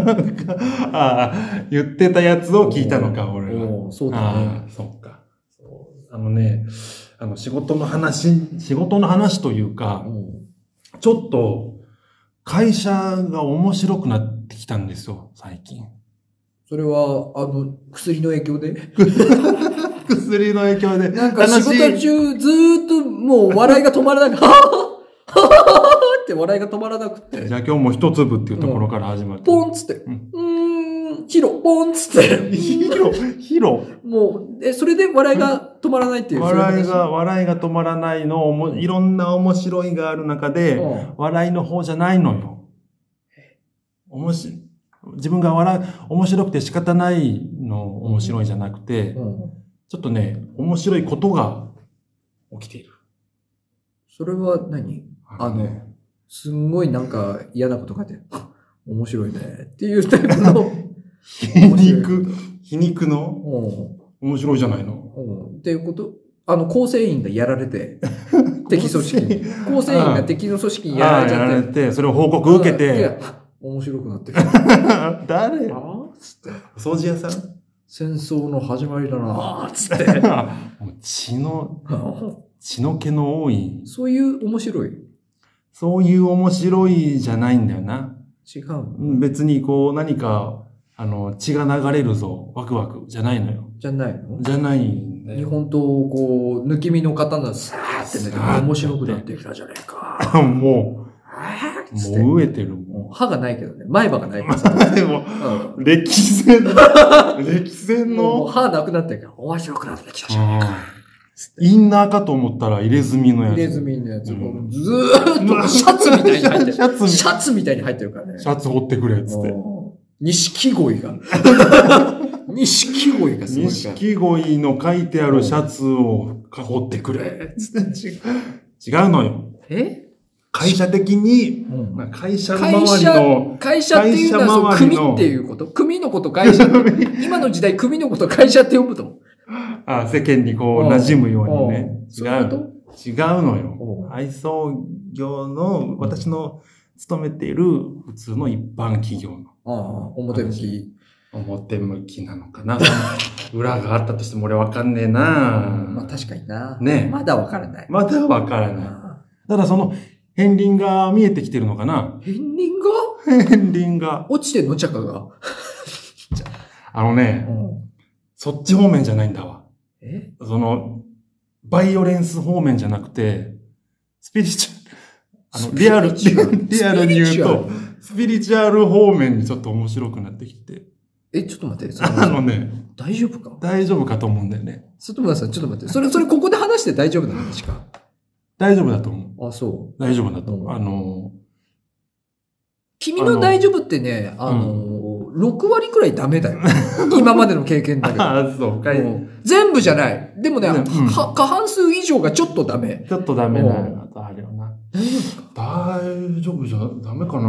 A: ああ、言ってたやつを聞いたのか、俺は。
B: おーそうだ
A: あ
B: ね
A: あ、。そっか。そうあのね、あの、仕事の話、仕事の話というか
B: う、ん
A: ちょっと、会社が面白くなってきたんですよ、最近。
B: それは、あの、薬の影響で
A: 薬の影響で。
B: なんか仕事中ずーっともう笑いが止まらな くはぁはぁはぁって笑いが止まらなくて
A: じ、ゃあ今日も一粒っていうところから始まって。
B: ポンっつって、う
A: うん
B: ーん、ヒロ、ポンっつって、
A: ヒロ、ヒロ。
B: もう、え、それで笑いが止まらないっていう。
A: 笑い
B: そうう話
A: が、笑いが止まらないの、おもいろんな面白いがある中で、
B: うん
A: 笑いの方じゃないのよ。おもし、自分が笑う、面白くて仕方ないの面白いじゃなくて、
B: うん
A: ちょっとね、面白いことが起きている。
B: それは何あの、すんごいなんか嫌なこと書いて、 面白いねっていうタイプの。
A: 皮
B: 面白いこ
A: 肉、皮肉の面白いじゃないの。
B: とうんうんっていうこと、あの、構成員がやられ て、敵組織に。構成員が敵の組織にやられち
A: ああ
B: ゃ
A: や
B: って。
A: て、それを報告受け
B: い
A: て。
B: や、面白くなってきた。
A: 誰
B: つって
A: 掃除屋さん
B: 戦争の始まりだなぁ、つって。
A: もう血の、血の気の多い。
B: そういう面白い。
A: そういう面白いじゃないんだよな。
B: 違う。
A: うん別にこう何か、あの、血が流れるぞ、ワクワクじゃないのよ。
B: じゃないの
A: じゃないんだ
B: 日
A: よ。
B: 本刀をこう、抜き身の刀さーって抜けて、
A: さーって
B: 面白くなってきたじゃねえ か。
A: も
B: あーっ
A: う、
B: つって
A: もう飢えてるもん。
B: 歯がないけどね。前歯がないからさ。
A: でも、
B: う
A: 歴戦 の、歴
B: ん
A: 戦
B: もう
A: の、
B: 歯なくなってるから、面白くなってきたじゃん。
A: うんインナーかと思ったら入れ墨のやつ。
B: 入れ墨のやつ、
A: うん
B: もうずーっとシャツみたいに入って
A: シャツ
B: る。
A: み
B: シャツみたいに入ってるからね。
A: シャツ掘ってくれ、つって。
B: もう錦鯉が。 錦鯉がすごいから。
A: 錦鯉の書いてあるシャツを掘ってくれ、つって。違うのよ。
B: え、
A: 会社的に、
B: うん
A: まあ会社の
B: 会
A: 周りの、
B: 社、会社っていうのはその
A: 会社周り
B: 組
A: の
B: っていうこと組のこ と会社って。今の時代組のこと会社って呼ぶと。
A: あ世間にこう
B: うん
A: 馴染むようにね。違
B: そういう
A: う
B: こ
A: の。
B: と
A: 違うのよ。配送業の、私の勤めている普通の一般企業の
B: ああ、表向き。
A: 表向きなのかな。 裏があったとしても俺わかんねえな
B: まあ確かにな。
A: ね
B: まだわからない。
A: まだわからない。
B: ああ
A: ただその、片鱗が見えてきてるのかな
B: エンディング
A: 片鱗が。
B: 落ちてんのチャカが。
A: あのね、そっち方面じゃないんだわ。
B: え
A: その、バイオレンス方面じゃなくて、スピリチュアル、あの、リアル、
B: スピリチュア
A: リアル
B: ル
A: に
B: ス
A: 言
B: ピリチ
A: う
B: ュア
A: と、スピリチュアル方面にちょっと面白くなってきて。
B: え、ちょっと待って。それ
A: あのね、
B: 大丈夫か
A: 大丈夫かと思うんだよね。
B: 里村さん、ちょっと待って。それ、それここで話して大丈夫な話か。
A: 大丈夫だと思
B: あ、そう。
A: う。大丈夫だと思
B: う
A: う。
B: ん
A: あの、
B: 君の大丈夫ってね、あ
A: の
B: の、6割くらいダメだよ。今までの経験だけど。
A: ああ、そうかい。
B: もう全部じゃない。でもね、
A: うん
B: は過半数以上がちょっとダメ。
A: ちょっとダメな
B: う
A: ことあるよな。
B: 大丈夫か
A: 大丈夫じゃダメかな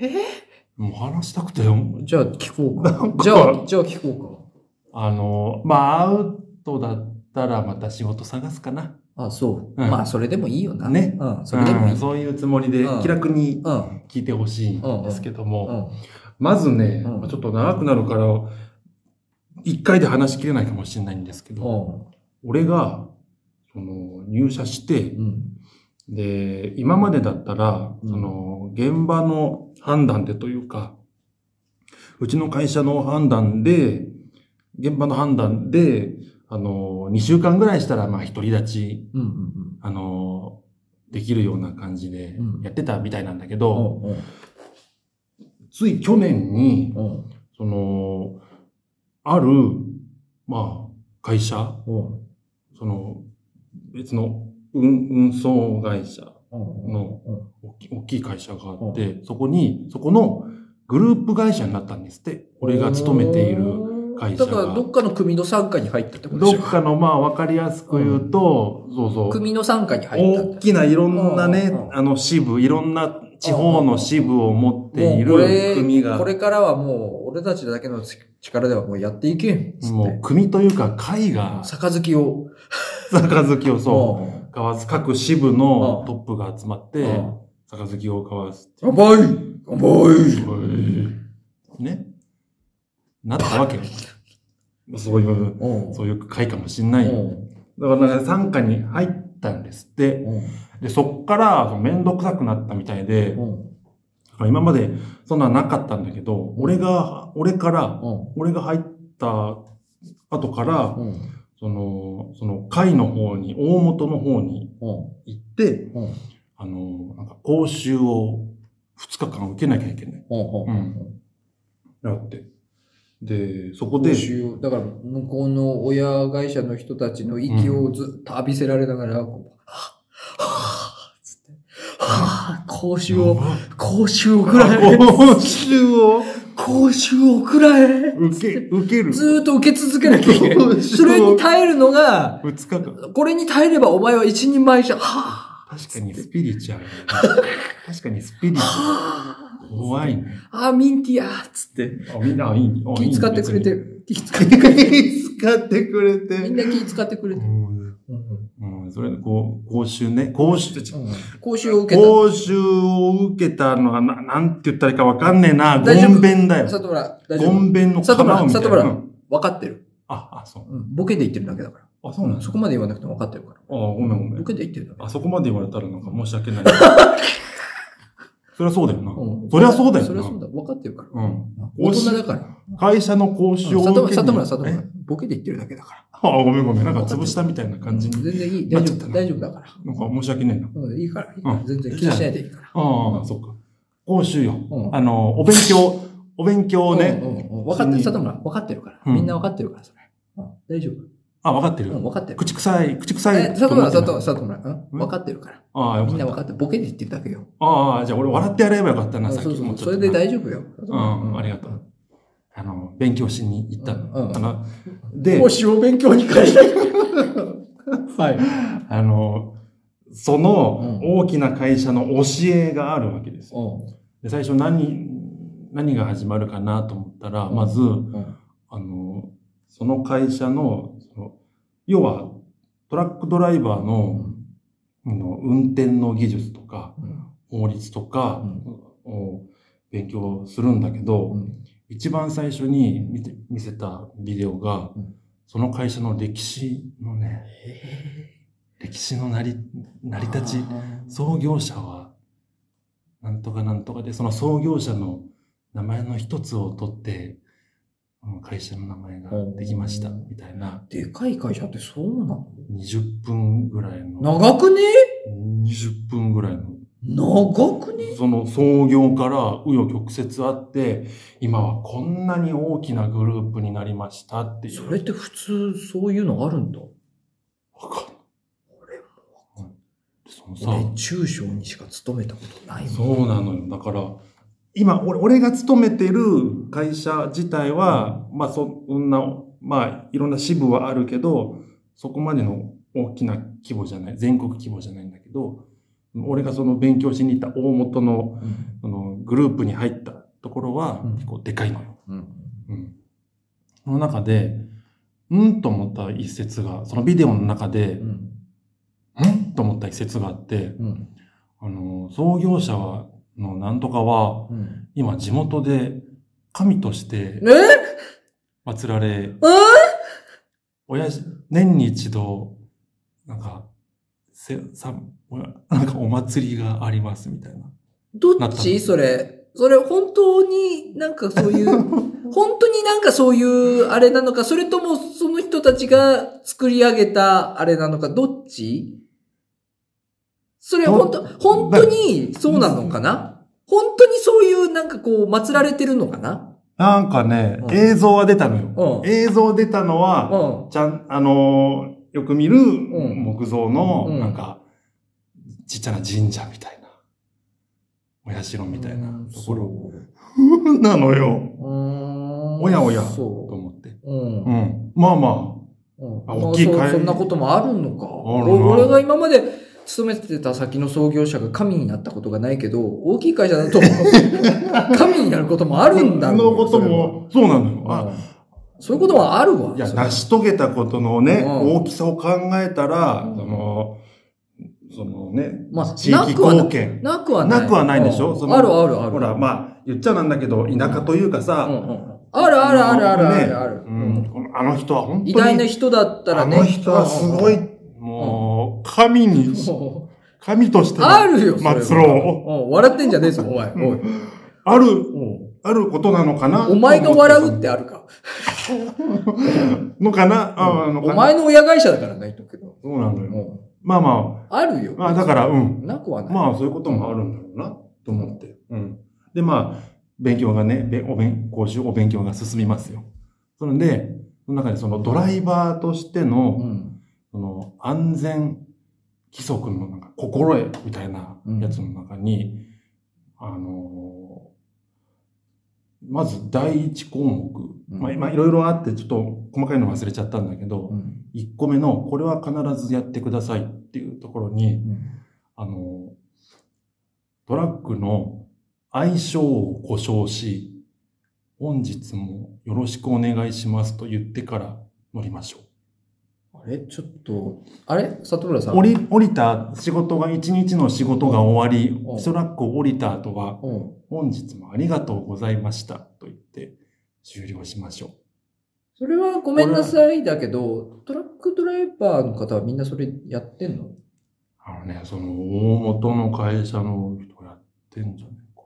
B: え
A: もう話したくて、
B: じゃあ聞こうか。
A: んか
B: じゃあ、じゃあ聞こ
A: あの、まあ、アウトだったらまた仕事探すかな。
B: うか。あ、そう。
A: うん
B: まあ、それでもいいよな。
A: ね
B: うん、それでもいい。
A: うんそういうつもりで
B: うん
A: 気楽に
B: うん。
A: 聞いてほしいんですけども、
B: うん。
A: まずね、
B: うん
A: まあちょっと長くなるから、一回で話しきれないかもしれないんですけど、俺が、その、入社して
B: う、ん。
A: で、今までだったら、
B: うん
A: その、現場の判断でというか、うちの会社の判断で、現場の判断で、あの、2週間ぐらいしたら、まあ、独り立ち
B: うん。うん。うん。
A: あの、できるような感じで
B: うん
A: やってたみたいなんだけ
B: う
A: ど、
B: ん。うん。
A: つい去年に、
B: うん。
A: その、ある、まあ、会社、
B: うん。
A: その、別の運運送会社、
B: うん。
A: の
B: うん。
A: 大き大きい会社があって、そこに、そこのグループ会社になったんですって、俺が勤めている。会社
B: だ
A: が
B: から、どっかの組の傘下に入ったってこと
A: ど
B: でし
A: っ
B: ょ
A: かの、まあ、わかりやすく言うと、そうそう。
B: 組の傘下に入ったん
A: 大
B: だ。
A: きないろんなね
B: うんう、ん
A: あの支部、いろんな地方の支部を持ってい
B: もうこれ
A: る組が
B: これからはもう、俺たちだけの力ではもうやっていけん。つっ
A: もう
B: て。
A: 組というか会が、
B: 杯を。
A: 杯をそうう、交わす。各支部のトップが集まっ
B: ん。う
A: て、
B: ん
A: 杯を交わすっていう
B: 乾杯乾杯
A: ね。なったわけよ。そういう、
B: うん
A: そういう会かもしんな
B: う
A: い。
B: ん
A: だから、なんか参加に入ったんですって。で、そっから、そのめんどくさくなったみたいで、
B: うん
A: 今までそんなんなかったんだけど、俺が、俺から、
B: うん
A: 俺が入った後から、
B: うん
A: その、その会の方に、大元の方に
B: うん
A: 行って、
B: うん
A: あの、なんか講習を2日間受けなきゃいけない。
B: うん
A: うんだって。で、そこ
B: 報
A: で、
B: 酬をだから向こうの親会社の人たちの息をずっと浴びせられながら、こうはぁ、はぁ、つって、はぁ、講習を、講習をくらえ、
A: 講習を
B: 講習をくらえ、
A: 受け、受ける。
B: ずーっと受け続けなきゃいけ
A: 講習
B: な
A: を
B: い。それに耐えるのが、
A: 二日間。確
B: これに耐えればお前は一人前じゃ、は
A: かにスピリチュアルだね。確かにスピリチュ
B: ぁ、
A: ア
B: は
A: ル。怖いね。
B: ぁ、あー、ミンティアー、つって、
A: あ、みんな、あいいね。あいい
B: 気
A: ね
B: 使ってくれて。
A: 別に
B: る。気使ってくれてる。
A: 気使ってくれて
B: みんな気使ってくれて
A: う
B: る。
A: ん
B: うん
A: うん、それで、こう、講習ね。講習、
B: 講習を受けた。
A: 講習を受けたのが、な、なんて言ったらいいかわかんねえな。ご
B: 大丈夫
A: んべんだよ。
B: 里村、大丈
A: ご
B: 夫。
A: んべんの
B: 里村
A: 殻みたいな
B: 里村
A: うん
B: 分かってる。
A: あ、あ、そう。
B: うんボケで言ってるだけだから。
A: あ、そうなんですか。
B: そこまで言わなくても分かってるか
A: あ、
B: ら。
A: ごめんごめん
B: ボ。ケで言ってるだけ。
A: あそこまで言われたらなんか申し 訳ない。そりゃそうだよな。
B: うん
A: そりゃそうだよな
B: そりゃそうだ。分かってるから。
A: うん。
B: 大人だから。
A: 会社の講習を
B: 里村、
A: に
B: 里村、里
A: え
B: 村。ボケで言ってるだけだから。
A: あ、ごめんごめん。なんか潰したみたいな感じ
B: 全
A: に。
B: 然いい。
A: なっ
B: 大
A: ち
B: 丈
A: ゃった
B: 夫、
A: な
B: 大丈夫だから。
A: なんか申し訳ないな。
B: うん、いいからいいから
A: う。ん
B: 全然気にしないでいいから。
A: ああ、そっか。講習よ。
B: うん
A: あの、お勉 強、お勉強をね。
B: うんうんうん分かって
A: 普通
B: る、
A: に
B: 里村。分かってるから。
A: うん
B: みんな分かってるから、それ。うん大丈夫。
A: あ、わかってる
B: うん。分かってる。
A: 口臭い、口臭い
B: え、里村、
A: と思って
B: 里
A: ない。
B: 里村。うん
A: うん
B: 分かってるから。
A: ああ、よ
B: みんな
A: か
B: 分
A: った。
B: かってる。ボケで言ってるだけよ。
A: ああ、じゃあ俺笑ってやればよかったな、
B: うん
A: さっき
B: そうそ
A: もう
B: う。
A: ちょっ
B: そ
A: と
B: れで大丈夫よ。
A: うん、ありがとう。あの、勉強しに行ったの。
B: うんうん
A: あので、
B: 講習を勉強に変えたい。 はい。
A: あの、その大きな会社の教えがあるわけですよ。で最初何、何が始まるかなと思ったら、
B: うん
A: まず、
B: うん
A: あの、その会社の、その要は、トラックドライバーのあの運転の技術とか、法律とかを勉強するんだけど、一番最初に見て見せたビデオが、
B: うん
A: その会社の歴史のね、歴史の成り成り立ち、創業者は、なんとかなんとかで、その創業者の名前の一つを取って、この会社の名前ができました、
B: うん
A: みたいな、
B: でかい会社ってそうなの
A: 20分ぐらいの、
B: 長くね
A: 20分ぐらいの、
B: 長くね
A: その創業から紆余曲折あって、今はこんなに大きなグループになりましたっていう。
B: それって普通そういうのあるんだ。
A: わかんない。そのさ、
B: 俺、中小にしか勤めたことないもん。
A: そうなのよ。だから、今、俺俺が勤めてる会社自体は、まあそんな、まあいろんな支部はあるけど、そこまでの大きな規模じゃない、全国規模じゃないんだけど、俺がその勉強しに行った大元の
B: うん
A: そのグループに入ったところは
B: うん
A: 結構でかいのよ。
B: うん
A: うん。その中で、うんと思った一節が、そのビデオの中で
B: う、ん
A: うんと思った一節があって、
B: うん
A: あの、創業者は、のなんとかは、
B: うん
A: 今地元で神として
B: え
A: 祀られ、
B: え
A: 親父、年に一度、なんか、せ、さ、おやなんかお祭りがありますみたいな。
B: ど
A: な
B: っ
A: った
B: ちそれ。それ本当になんかそういう、本当になんかそういうあれなのか、それともその人たちが作り上げたあれなのか、どっちそれ
A: ど
B: 本当、本当にそうなのかな本当にそういうなんかこう祀られてるのかな
A: なんかね、
B: うん
A: 映像は出たのよ。
B: うん。
A: 映像出たの
B: う
A: は、
B: ん。
A: ちゃん、あのーよく見る
B: ん
A: 木造の、
B: うん
A: なんか、ちっちゃな神社みたいな、お社みたいなところ。なのよ、
B: うーん。
A: おやおや、と
B: そ
A: 思って。
B: う。うん
A: う。ん。まあま
B: うん
A: あ
B: ま
A: 大
B: あ
A: きい
B: そう
A: 会
B: そんなこともあるのか。
A: あるな
B: お俺が今まで勤めてた先の創業者が神になったことがないけど、大きい会 社だと神になることもあ
A: あ。
B: るんだろうよ
A: のことも、そうなのよ。あ、
B: うんそそういうことはあるわ。
A: いや、
B: それは
A: 成し遂げたことのね、
B: うん
A: 大きさを考えたら、
B: うん
A: その、そのね、
B: まあ
A: 地域貢献。
B: なくはない。
A: なくはないでしょ
B: うん
A: その
B: あるあるある。
A: ほら、まあ、言っちゃなんだけど、田舎というか
B: うん
A: さ、
B: うんあるあるあるあるあ
A: ね
B: るある。
A: うんこのあの人は本
B: 偉
A: 当
B: 大な
A: に、
B: 人だったら
A: あ
B: ね。
A: の人はすごい、もう、神に、
B: も
A: 神とし
B: う。
A: ての
B: あるよ、それは
A: 末路を、
B: うん笑ってんじゃねえぞ、お前。おい
A: ある、
B: うん
A: あることなのかな
B: お前が笑うってあるか。
A: のかなああのか
B: お
A: な
B: 前の親会社だからないとけど。
A: そうなの
B: う
A: よ。
B: ん
A: まあま
B: あるよ。
A: あ、まあだから、うん。
B: なくはない。
A: まあそういうこともあるんだろうなと思って。うん。でまあ、勉強がね、べお勉講習お勉強が進みますよ。それで、その中でそのドライバーとして
B: う
A: の、
B: ん。
A: その安全規則のなんか心得みたいなやつの中に、あのーまず第一項目。
B: うん
A: まあ今いろいろあってちょっと細かいの忘れちゃったんだけど、
B: うん
A: 1個目のこれは必ずやってくださいっていうところに、
B: うん
A: あの、トラックの愛称を故障し、本日もよろしくお願いしますと言ってから乗りましょう。
B: あれちょっと、あれ里村さん。
A: 降り、降りた仕事が、一日の仕事が終わり
B: うんうん、
A: トラックを降りた後は、
B: うん。
A: 本日もありがとうございましたと言って終了しましょ
B: それはごめんなさいだけど、トラックドライバーの方はみんなそれやってんの
A: う。あのね、その大元の会社の人やってんじゃないか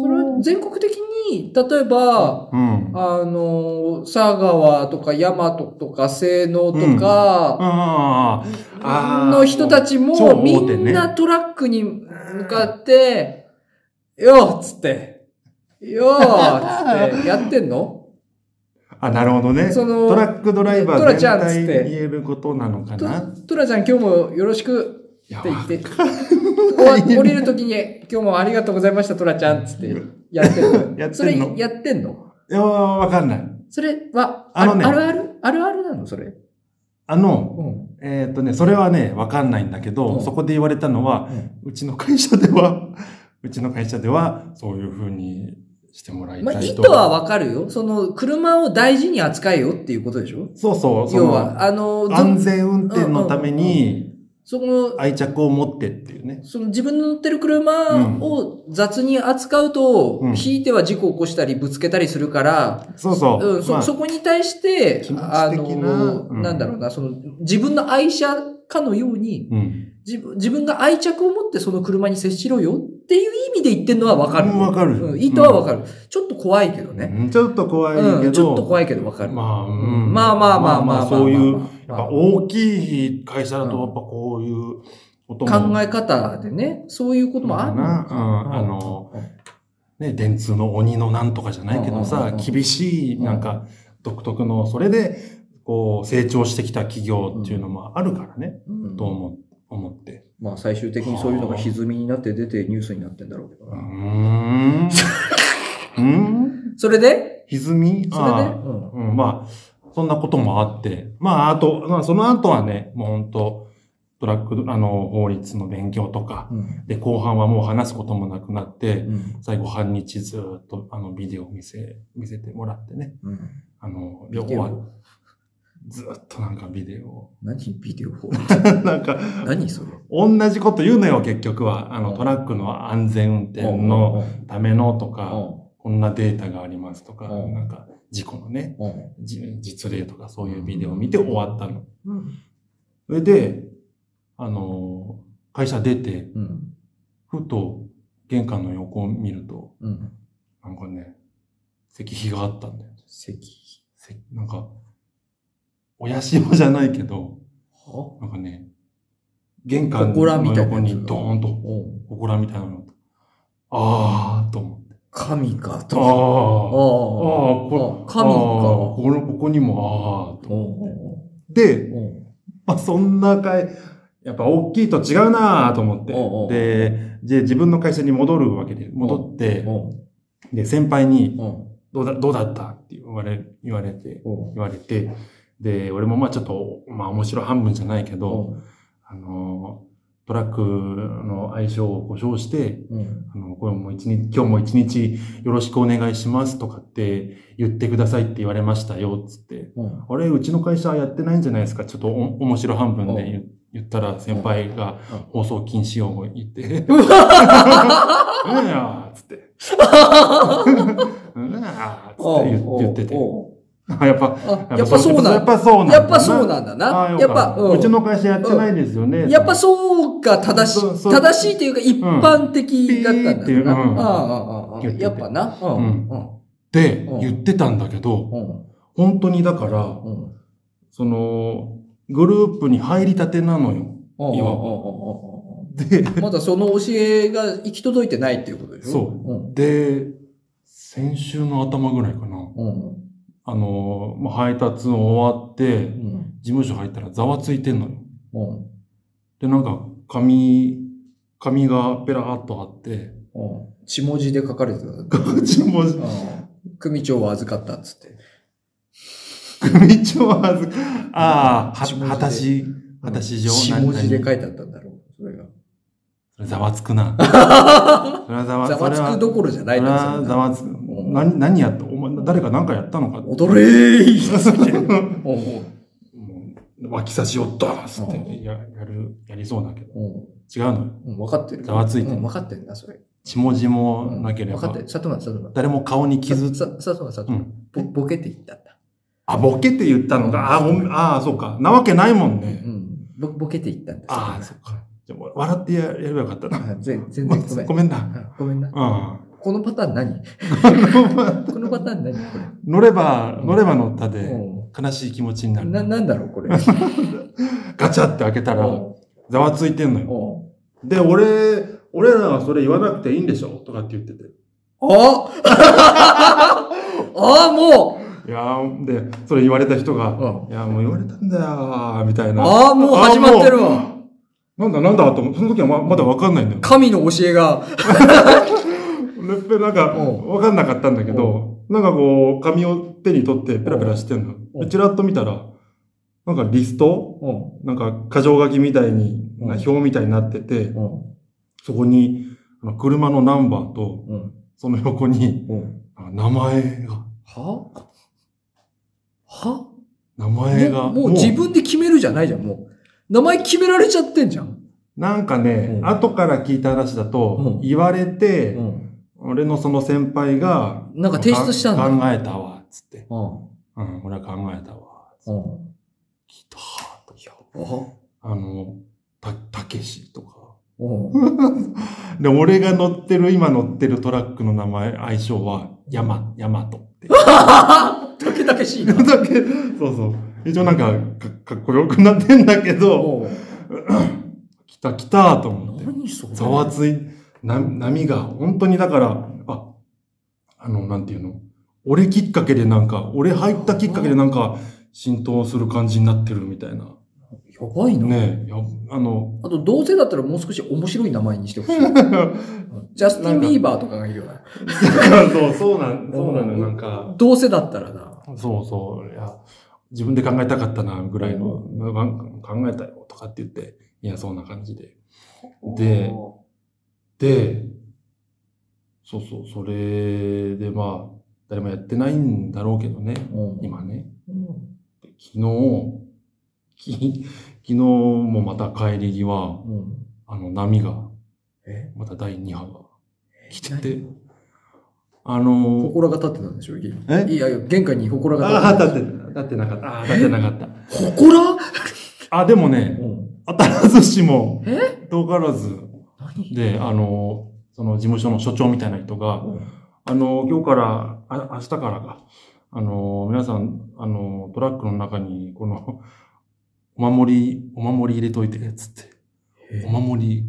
B: それは全国的に、例えば、
A: な。うん。
B: あの、佐川とか大和とか西能とか、
A: ああー
B: の人たち
A: そう
B: も、み
A: 大手ね
B: んなトラックに向かって、よーっつって、よー っつって、やってんの
A: あ、あ、なるほどね。
B: その
A: トラックドライバ
B: ト
A: ー
B: ラ
A: 全
B: ちゃんっつっ
A: 体
B: て
A: に言えることなのか
B: ト
A: な
B: トラちゃん今日もよろしく
A: いや
B: って 言って、
A: わ
B: お降りるときに、今日もありがとうございました、トラちゃんっつって、やっ てんの
A: やってんの
B: それやってんの
A: いや、わかんない。
B: それは、あ
A: あのね
B: あるあるあるあるなのそれ。
A: あの、
B: うん。
A: えっ、とね、それはね、わかんないんだけど、
B: うん
A: そこで言われたのは、うちの会社では、 うちの会社では、そういうふうにしてもらい
B: ま
A: た
B: あ、
A: い
B: 意
A: と。
B: 図はわかるよ。その、車を大事に扱えよっていうことでしょ
A: そうそう、そ
B: 要
A: の、
B: は、あの、ず
A: 安全運転のために
B: その、
A: 愛着を持ってっていうね。
B: その自分の乗ってる車を雑に扱うと、
A: うん
B: ひいては事故を起こしたりぶつけたりするから、
A: そうそう。
B: うん、そ、
A: まあ
B: そこに対して
A: 気持、
B: あ
A: ち的な
B: の、
A: うん
B: なんだろうな、その、自分の愛車かのように、
A: うん。
B: 自分自分が愛着を持ってその車に接しろよっていう意味で言ってるのはわかる。
A: うんわかる
B: うん意図はわかる、ちょっと怖いけどね。
A: うんちょっと怖いけど、
B: うん、ちょっと怖いけどわかる。
A: まあうん
B: まあまあまあまあまあまあ、
A: まあそういうやっぱ
B: 考
A: 大きい会社だと、やっぱこういうことも、
B: え方でね、そういうこともあるのか
A: うんあの、ね、電通の鬼のなんとかじゃないけど
B: うんうん
A: さ
B: うん、うん
A: 厳しい、なんか、独特の、それで、こう、成長してきた企業っていうのもあるからね、
B: うん
A: と思思って。
B: まあ最終的にそういうのが歪みになって出てニュースになってんだろうけど
A: うー
B: な。
A: ん。うーん
B: それで
A: 歪み
B: それで
A: ああうん、まあ、そんなこともあって。まあ、あと、まあ、その後はね、もう本当トラック、あの、法律の勉強とか、
B: うん。
A: で、後半はもう話すこともなくなって、
B: うん。
A: 最後半日ずっとあのビデオを見せ、見せてもらってね。
B: うん。
A: あの、
B: ビ
A: 旅
B: デ
A: 行は
B: オ
A: ずっとなんかビデオ を
B: 何ビデオ
A: なんか、
B: 何それ
A: 同じこと言うのよ、結局は。あ
B: う
A: の、
B: ん
A: トラックの安全運転のためのとか、こんなデータがありますとか、
B: うん
A: なんか、事故のね、
B: うん。
A: じ実例とかそういうビデオを見て終わったの。
B: うん。
A: それで、あの、会社出て、
B: うん。
A: ふと玄関の横を見ると、
B: うん。
A: なんかね、石碑があったんだよ。
B: 席。
A: せなんか、親潮じゃないけど、
B: は
A: なんかね、玄関の
B: 祠みたいな
A: 横
B: やつ
A: にドーンと、祠みたいなの。あーと思って。
B: 神か
A: あー。
B: と。ああ
A: あーこ
B: 神
A: あー
B: か。
A: これここにも、あーと。
B: お
A: で、
B: お
A: まあ、そんな会、やっぱ大きいと違うなーと思って。
B: おうおう
A: で、じゃ自分の会社に戻るわけで、戻って、
B: お
A: で、先輩に、
B: お
A: どうだ、どうだったって言われ、言われて、
B: お
A: 言われて、で、俺もまあちょっと、まあ面白半分じゃないけど、
B: お
A: あのトラックの相性を故障して、
B: うん。
A: あの、これも一日、今日も一日よろしくお願いしますとかって言ってくださいって言われましたよ、つって。
B: うん。
A: あれ、うちの会社やってないんじゃないですかちょっとお、面白半分で言う言ったら先輩が
B: うん
A: 放送禁止用語言 って。うんやーつって。うんやーつって言言ってて。
B: おう
A: あやっぱ、
B: おうあやっぱそう
A: や
B: な
A: っ
B: ん
A: ぱそうなんだ
B: やっぱそうなんだ
A: あー
B: な。
A: よ
B: や
A: か
B: ったぱ、うん
A: うちの会社やってないですよね。
B: やっぱそうか、正し
A: そう
B: い、
A: そう
B: 正しいというか、一般的だったんだ
A: ピーっていううん
B: な。ああああああ
A: 言ってて
B: やっぱな。うん
A: うん
B: うん
A: って言ってたんだけど、
B: うん
A: 本当にだから、
B: うん
A: その、グループに入りたてなのよ。
B: うん
A: 今
B: うん
A: で、
B: まだその教えが行き届いてないっていうことでしょ
A: そう
B: う
A: で、先週の頭ぐらいかな。
B: ん。うん。
A: あの、まあ、配達終わって
B: う、ん。
A: 事務所入ったらざわついてんのよ。
B: うん。
A: で、なんか、紙、紙がペラーっとあ って、
B: うん。血文字で書かれてた。うん
A: ちも
B: 組長は預かったっつって。
A: 組長はず、ああ、
B: 血文字
A: は、
B: で
A: はたし、はたし状
B: 血
A: 何
B: 文字で
A: 何
B: 書いてあったんだろう。それが。
A: それざわつく な。それはざわ
B: ざわつくどころじゃ
A: そ
B: な
A: れ
B: いんだ
A: は
B: よ
A: ざわつく。何、何やったお前、誰か何かやったのかって
B: 踊れ ーいおうおう
A: もう脇差しをドーンっつっ
B: う
A: てややる、やりそうだけど。
B: おう
A: 違うのよ。
B: うん、分かってる。
A: ざわついてる
B: うん、分かってるな、それ。
A: 血文字もなけれ
B: 分か
A: ば
B: って、る。佐藤間、佐藤間。
A: 誰も顔に傷つ、
B: さ、佐藤間、佐
A: う
B: 藤間。
A: ん。
B: ぼボケていったんだ。
A: あ、ボケって言ったのか。あ、ごめんあそうか。なわけないもんね
B: う。ん。ぼボケていったんだ。
A: ああ、
B: 佐
A: そ
B: 藤
A: っ か。じゃあ笑ってややればよかったな。
B: 間あ全全然ごめん。
A: ごめんな。
B: あごめんな。
A: う
B: このパターン何このパターン何こ
A: ん。乗れば、乗れば乗った
B: れ。
A: で、
B: う。
A: 悲しい気持ちになんる。
B: な、なんだろう、これ。
A: ガチャって開けたら、ざわついてんのよ。
B: おう
A: で、俺、俺らはそれ言わなくていいんでしょとかって言ってて。
B: お ああ、もう
A: いやーで、それ言われた人が、
B: うん
A: いや、もう言われたんだよー、みたいな。
B: ああ、もう始まってる
A: あー
B: わ。
A: なんだなんだと思って、その時はままだわかんないんだよ。
B: 神の教えが。
A: でペなんか、
B: うん
A: わかんなかったんだけど、なんかこう、紙を手に取ってペラペラしてん
B: うん
A: の。でチラッと見たら、なんかリスト
B: うん。
A: なんか、箇条書きみたいに、
B: うん
A: な表みたいになってて、
B: うん。
A: そこに、あの車のナンバーと、
B: うん。
A: その横に、
B: うん。
A: あ名前が、
B: はは
A: 名前が、
B: もうもう自分で決めるじゃないじゃん、もう。名前決められちゃってんじゃん。
A: なんかね、
B: うん
A: 後から聞いた話だと、
B: うん
A: 言われて、
B: ん。
A: 俺のその先輩が、
B: なんか提出したんだ
A: か考えたわ、つって。
B: うん。
A: うん、俺は考えたわ、つって。
B: うん。
A: 来たーと。
B: あ
A: あの、た、たけしとか。
B: うん。
A: で、俺が乗ってる、今乗ってるトラックの名前、相性は、ヤマ、ヤマト って。
B: たけたけしいな。
A: だけ、そうそう。一応なんか、かかっこよくなってんだけど、
B: おう
A: 来た来たと思って。
B: 何それ
A: ざわつい、な、波が、本当にだから、あ、あの、なんていうの俺きっかけでなんか、俺入ったきっかけでなんか、浸透する感じになってるみたいな。
B: やばいな。
A: ねえ、やあの、
B: あと、どうせだったらもう少し面白い名前にしてほしい。ジャスティン・ビーバーとかがいるよな。
A: そう、そうなん、 そうなの、なんか、
B: どうせだったらな。
A: そうそう、いや、自分で考えたかったな、ぐらいの、なんか考えたよ、とかって言って、いや、そんな感じで。でで、そうそう、それでまあ、誰もやってないんだろうけどね、
B: うん、
A: 今ね。
B: うん。
A: で昨日、き昨日もまた帰り際、
B: うん。
A: あの波が、
B: え
A: また第2波が来て
B: 何
A: て、あの、
B: 祠が立ってたんでしょ家に
A: え
B: いやいや、玄関に祠が
A: ああ、
B: 立って
A: 立って、立ってなかった。ああ、立ってなかった。
B: た。祠
A: あ、でも
B: う
A: ね、
B: ん。
A: 当たらずしも、
B: え
A: 遠からず、
B: 何
A: で、あの、その事務所の所長みたいな人が、あの、今日から、あ明日からか、あの、皆さん、あの、トラックの中に、この、お守り、お守り入れといて、つって、
B: え
A: お守り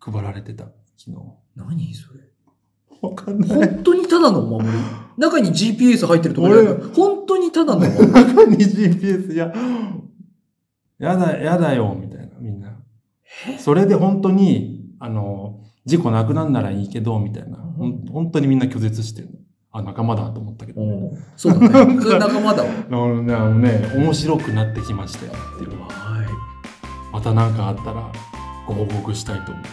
A: 配られてた、昨日。
B: 何それ
A: わかんない。
B: 本当にただの お守り。中に GPS 入ってるところ
A: 俺
B: 本当にただのお守り。
A: 中に GPS や、やだ、やだよ、みたいな、みんな。それで本当に、あの、事故なくなんならいいけど、みたいな。ほん本当にみんな拒絶してる。あ、仲間だと思ったけど。
B: うんそうだね。それ仲間だわ。
A: あのねあのね、面白くなってきましたよっていうのは。また何かあったらご報告したいと思います。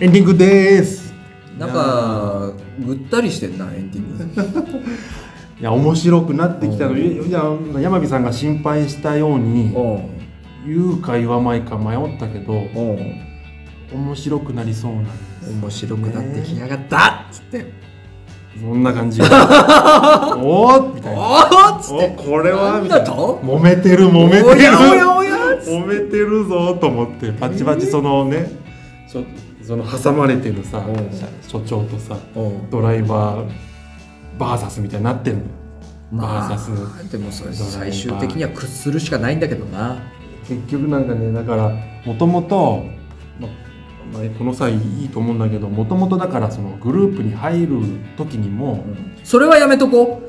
A: エンディングです。
B: なんかぐったりしてんなエンディング
A: いや面白くなってきたのに、いや山火さんが心配したように
B: う
A: 言うか言わないか迷ったけど
B: んうん
A: 面白くなりそうなんで
B: 面白くなってきやがったっつって
A: すそんな感じ おーみたいな
B: おおっつっ
A: お
B: て
A: これは
B: なん
A: みた
B: だ
A: いな
B: と
A: 揉めてる揉めてる
B: おやおやおやっつって
A: 揉めてるぞと思ってバチバチそのね、そその挟まれてるさ
B: うん
A: 社所長とさ
B: うん
A: ドライバーバーサスみたいになってんの
B: ま
A: バーサス
B: あでもそれ
A: ドライバー
B: 最終的には屈するしかないんだけどな
A: 結局なんかねだからもともとままあこの際いいと思うんだけどもともとだからそのグループに入る時にも、
B: それはやめとこ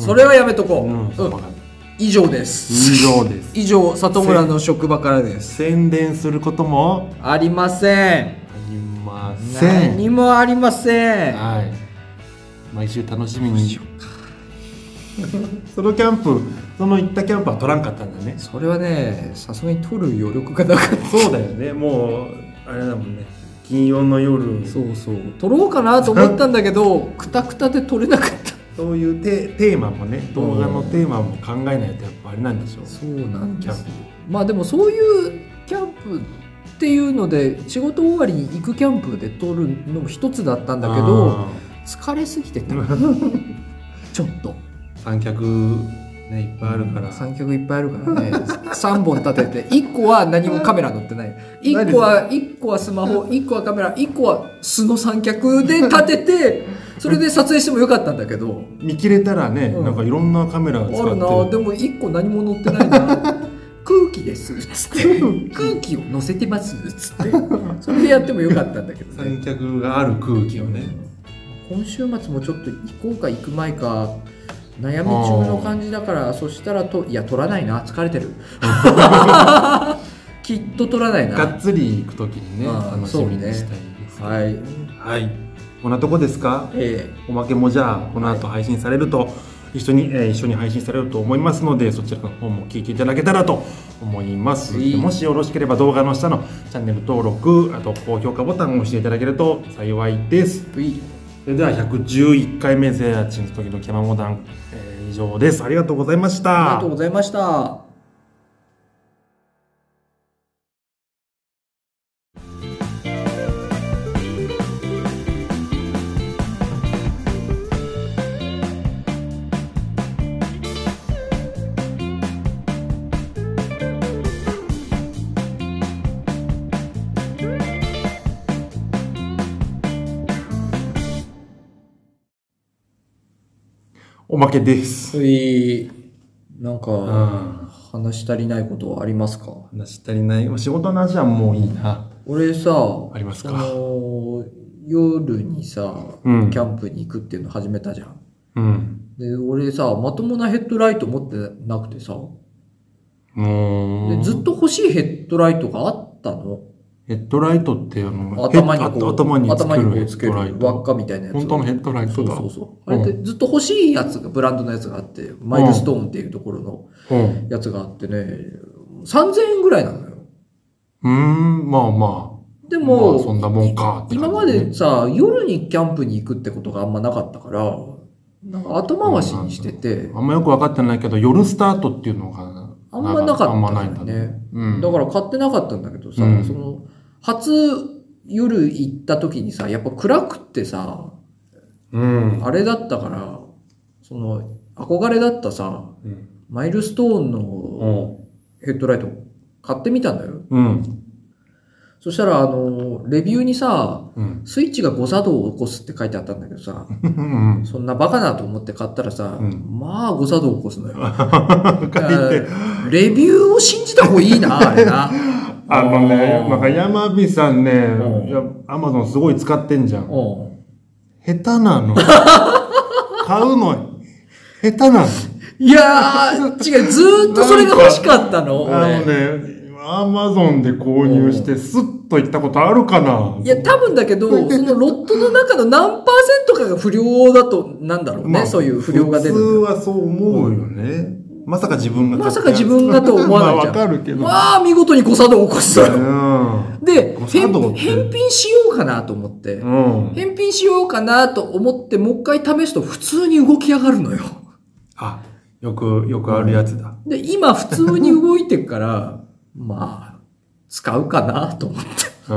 A: うん
B: それはやめとこ
A: うん
B: う
A: そう
B: うん
A: わかる
B: 以上です
A: 以上です
B: 以上里村の職場からです
A: 宣伝することも
B: ありません
A: ありません
B: 何もありません
A: はい毎週楽しみに そのキャンプその行ったキャンプは取らんかったんだね
B: それはねさすがに取る余力がなかっ
A: そうだよねもうあれだもんね金曜の夜
B: たそうそう取ろうかなと思ったんだけどくたくたで取れなかった
A: そういうテテーマもね動画のテーマも考えないとやっぱあれなんでしょう
B: そうなん
A: キ
B: で
A: ャ
B: す
A: ンプ
B: まあでもそういうキャンプっていうので仕事終わりに行くキャンプで取るのも一つだったんだけど
A: あ
B: 疲れすぎ てたちょっと
A: ー三脚ねいっぱいあるから
B: 三脚いっぱいあるからね三本立てて一個は何もカメラ乗ってない一
A: 何
B: 個は一個はスマホ一個はカメラ一個は素の三脚で立ててそれで撮影してもよかったんだけど
A: 見切れたらね、
B: うん
A: なんかいろんなカメラ
B: あ
A: 使って
B: るなでも一個何も乗ってないな空気ですつって空気を乗せてますつ ってそれでやってもよかったんだけどね
A: 三脚がある空気をね
B: 今週末もちょっと行こうか行く前か悩み中の感じだからそしたらといや取らないな疲 れてるきっと取らない
A: がっ
B: な
A: つり行く時にね
B: あー
A: 楽しみにしたいです、
B: はい
A: はいこんなとこですか
B: え
A: おまけもじゃあこの後配信されると、一緒に、えー一緒に配信されると思いますのでそちらの方も聞いていただけたらと思います、
B: はい
A: もしよろしければ動画の下のチャンネル登録あと高評価ボタンを押していただけると幸いです
B: えい
A: それでは111回目ゼラチンの時のキャマモダン、えー以上ですありがとうございまし
B: あり
A: た
B: がとうございました
A: おまけです
B: ういなんか
A: 話
B: 話し足りないことはありますか
A: し足りない仕事の話はもういいな
B: 俺さ
A: ありますか
B: その夜にさ、
A: うん
B: キャンプに行くっていうの始めたじゃん
A: うん
B: で俺さまともなヘッドライト持ってなくてさ
A: も
B: で
A: う
B: ずっと欲しいヘッドライトがあったの
A: ヘッドライトってあの
B: 頭に
A: ヘッ
B: こう
A: 頭につけ
B: こ
A: るヘ
B: う
A: ッ
B: つける
A: ドライ
B: 輪っ
A: ト
B: かみたいなやつ
A: 本当のヘッドライト
B: そう
A: だ
B: そうそうあれってずっと欲しいやつがブランドのやつがあってマイルストーンっていうところの
A: うん
B: やつがあってね3000円ぐらいなのよ
A: うーんまあま
B: で
A: あ
B: も、
A: まあそんなもんかって感じね
B: 今までさ、夜にキャンプに行くってことがあんまなかったから、なんか後回しにしてて、
A: あんまよく分かってないけど夜スタートっていうのが
B: あんまなかった
A: あんまないんだ
B: んだよね。
A: うん
B: だから買ってなかったんだけどさ、
A: うん
B: その、初夜行った時にさ、やっぱ暗くってさ、
A: うん
B: あれだったから、その、憧れだったさ、
A: うん
B: マイルストーンのヘッドライト買ってみたんだよ。
A: うん
B: そしたら、あの、レビューにさ、
A: うん
B: スイッチが誤作動を起こすって書いてあったんだけど さ、
A: うん
B: そんなバカだと思って買ったらさ、
A: うん
B: まあ誤作動起こ すのよ。
A: 書いて
B: レビューを信じた方がいいな、あれな。
A: あのね
B: うん
A: なんか山火さんね
B: うん
A: いやアマゾンすごい使ってんじゃん
B: うん
A: 下手なの買うの下手なの。
B: いやー、違う、ずーっとそれが欲しかったの。
A: あ
B: 俺
A: のね、アマゾンで購入して、スッと行ったことあるかない
B: や、多分だけど、そのロットの中の何パーセントかが不良だと、なんだろうね、そういう不良が出るん
A: 普
B: だ
A: 通
B: よ。
A: はそう思うよね。まさか自分が買ったやつ。
B: まさか自分がと思わないじゃ ん
A: まあわかるけど。
B: まあ、見事に誤作動起 こしたよ。で、
A: 誤作
B: 返
A: 動って
B: 返品しようかなと思って
A: う。ん。うん。
B: 返品しようかなと思って、もう一回試すと普通に動き上がるのよ。
A: あ、よく、よくあるやつだ。
B: で、今普通に動いてるから、まあ、使うかなと思って。
A: う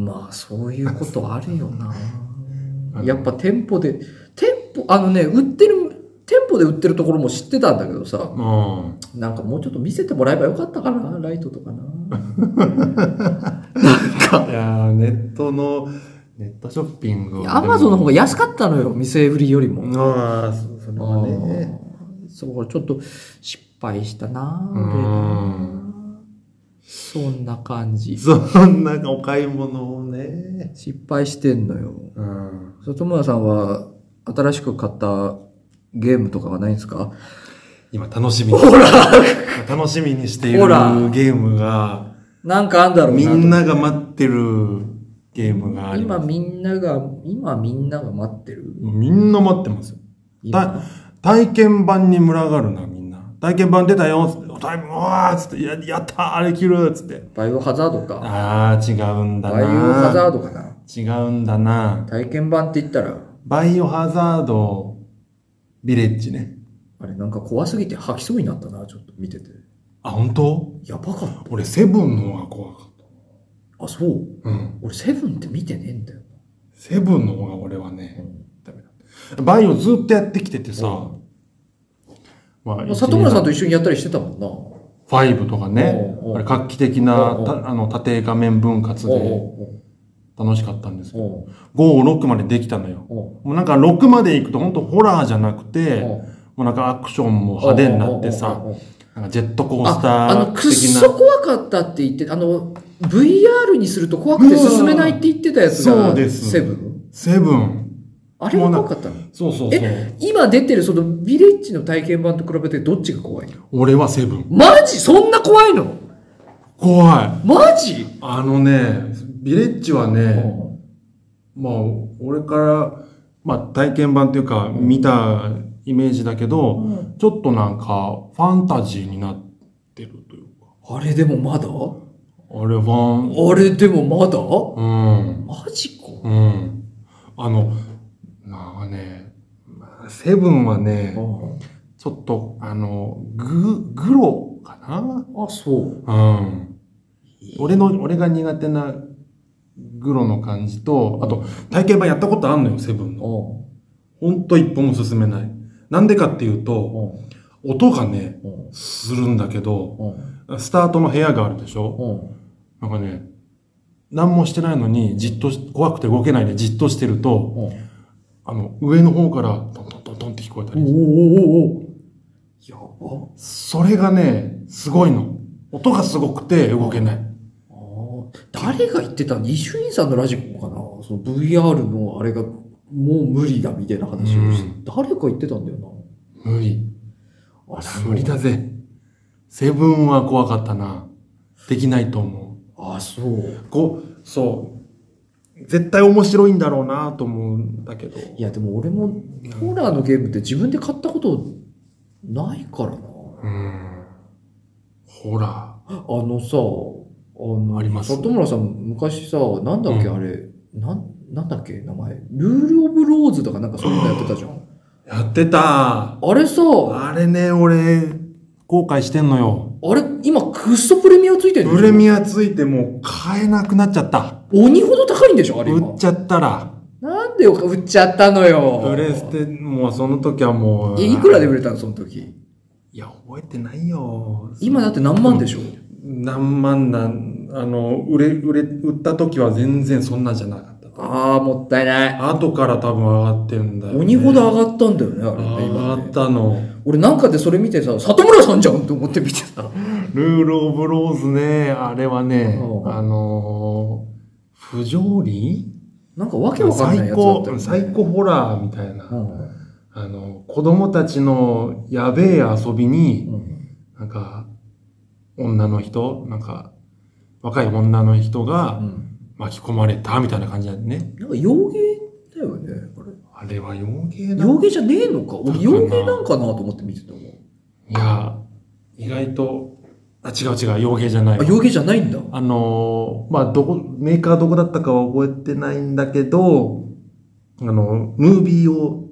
A: ん。
B: まあ、そういうことあるよな。
A: あの
B: やっぱ店舗で、店舗、あのね、売ってる、店舗で売ってるところも知ってたんだけどさ、
A: うん。
B: なんかもうちょっと見せてもらえばよかったかな、ライトとかな。
A: いやーネットの、ネットショッピングは
B: アマゾンの方が安かったのよ、店売りよりも。
A: ああ、そそれはね。
B: あーそう、ちょっと失敗したな、
A: う
B: 俺
A: ん
B: そんな感じ。
A: そんなお買い物をね。
B: 失敗してんのよ。
A: うん。
B: 里村さんは、新しく買ったゲームとかはないんですか
A: 今楽しみに
B: ほら
A: 楽しみにしている
B: ほら
A: ゲームが、
B: なんかあんだろうな
A: み
B: と思って
A: んなが待ってるゲームがあり
B: 今
A: ます。
B: みんなが、今みんなが待ってる。
A: みんな待ってますよ。
B: 今
A: 体験版に群がるな、みんな。体験版出たよ、つっておタイム、うわーっつって、ややったー、あれ切るっつって。
B: バイオハザードか。
A: あー、違うんだ
B: バイオハザ
A: な。
B: ードかな。
A: 違うんだな。
B: 体験版って言ったら、
A: バイオハザード、ビレッジね。
B: あれなんか怖すぎて吐きそうになったな、ちょっと見てて。
A: あ、本当
B: やばかっ。
A: 俺、セブンの方が怖かった
B: あ、そう。
A: た。うん。
B: 俺セブンって見てねえんだよ。
A: セブンの方が俺はね、ダメだった。バイオずっとやってきててさ、まあ
B: まあ里村さん
A: と
B: と一緒にやったりしてたもんな。
A: ファイブとかね
B: おうお、う
A: あれ画期的な
B: おうおう
A: たあの縦画面分割
B: おう
A: で楽しかったんですけ
B: おう
A: ど、
B: おう
A: 5、6までできたのよ。
B: お
A: も
B: う
A: うなんか6まで行くと本当ホラーじゃなくて、
B: お
A: も
B: う
A: うなんかアクションも派手になって
B: お
A: さ
B: う、おうおうおう
A: なんかジェットコースタ
B: ああの、
A: ー
B: くっ
A: 的な。
B: そ怖かったって言って、あの、VR にすると怖くて進めないって言ってたやつ
A: うんそ
B: が
A: う、です
B: セブン
A: セブン。
B: あれは怖かったの
A: そうそうそう
B: え。今出てるそのビレッジの体験版と比べてどっちが怖いの
A: 俺はセブン。
B: マジそんな怖いの
A: 怖い。
B: マジ
A: あのね、ビレッジはね、まあ、俺から、まあ、体験版というか、見たイメージだけど、
B: うん
A: ちょっとなんか、ファンタジーになってるというか。
B: あれでもまだ
A: あれは、
B: あれでもまだ
A: うん、
B: マジか
A: うん。あの、なんかね、まあセブンはね、ちょっと、あの、グ、グロかな
B: あ、そう。
A: うん。俺の、俺が苦手なグロの感じと、あと、体験版やったことあんのよ、セブンの。ほんと一歩も進めない。なんでかっていうと、音がね、するんだけど、スタートの部屋があるでしょなんかね、何もしてないのに、じっとし、怖くて動けないでじっとしてると、あの、上の方から、トントントントンって聞こえた
B: おおお
A: り。
B: おおやば。
A: それがね、すごいの。音がすごくて動けない。
B: あー誰が言ってたの伊集院さんのラジコかなその VR のあれがもう無理だみたいな話をして、
A: うん
B: 誰か言ってたんだよ
A: 無理。
B: な。
A: あら無理だぜ。セブンは怖かったな。できないと思
B: あ、そう
A: う。。こう、そう。絶対面白いんだろうなと思うんだけど。
B: いや、でも俺もホラーのゲームって自分で買ったことないからな。
A: うん。ほら。
B: あのさ、あの、
A: あります
B: 里村さん昔さ、なんだっけ、
A: うん
B: あれ、なん、なんだっけ、名前。ルール・オブ・ローズとかなんかそういうのやってたじゃん。
A: やってた。
B: あれさ、あ
A: あれね、俺、後悔してんのよ。
B: れ、今、クッソプレミアついてるでしょ
A: プレミアついてもう買えなくなっちゃった。
B: 鬼ほど高いんでしょあれ今
A: 売っちゃったら。
B: なんでよ、売っちゃったのよ。
A: プレステ、もうその時はもう。
B: え、いくらで
A: い
B: 売れたのその時。
A: や、覚えてないよ。
B: 今だって何万でしょ、
A: 何万なん、あの、売れ、売れ、売った時は全然そんなじゃなかった。
B: ああ、もったいない。
A: 後から多分上がってるんだよ、ね。
B: 鬼ほど上がったんだよね、あれね、
A: 上
B: 今
A: が
B: ね
A: っ。たの。
B: 俺なんかでそれ見てさ、里村さんじゃんと思って見てた。
A: ルール・オブ・ローズね、あれはね
B: う、ん
A: あのー不条理
B: なんかわけわかんないやつだったよね、
A: サイコサイコホラーみたいな、
B: うん
A: あの、子供たちのやべえ遊びに、なんか、女の人、なんか、若い女の人
B: う
A: が
B: ん
A: 巻き込まれたみたいな感じだね。
B: なんか洋芸だよね、これ。
A: あれは洋芸だ。
B: 洋芸じゃねえのか俺、
A: だから
B: 洋芸なんかなと思って見てたもん。
A: いや、意外と、あ、違う違う、洋芸じゃない
B: あ、
A: わ。
B: 洋芸じゃないんだ。
A: あのーまあ、どこ、メーカーどこだったかは覚えてないんだけど、あの、ムービーを、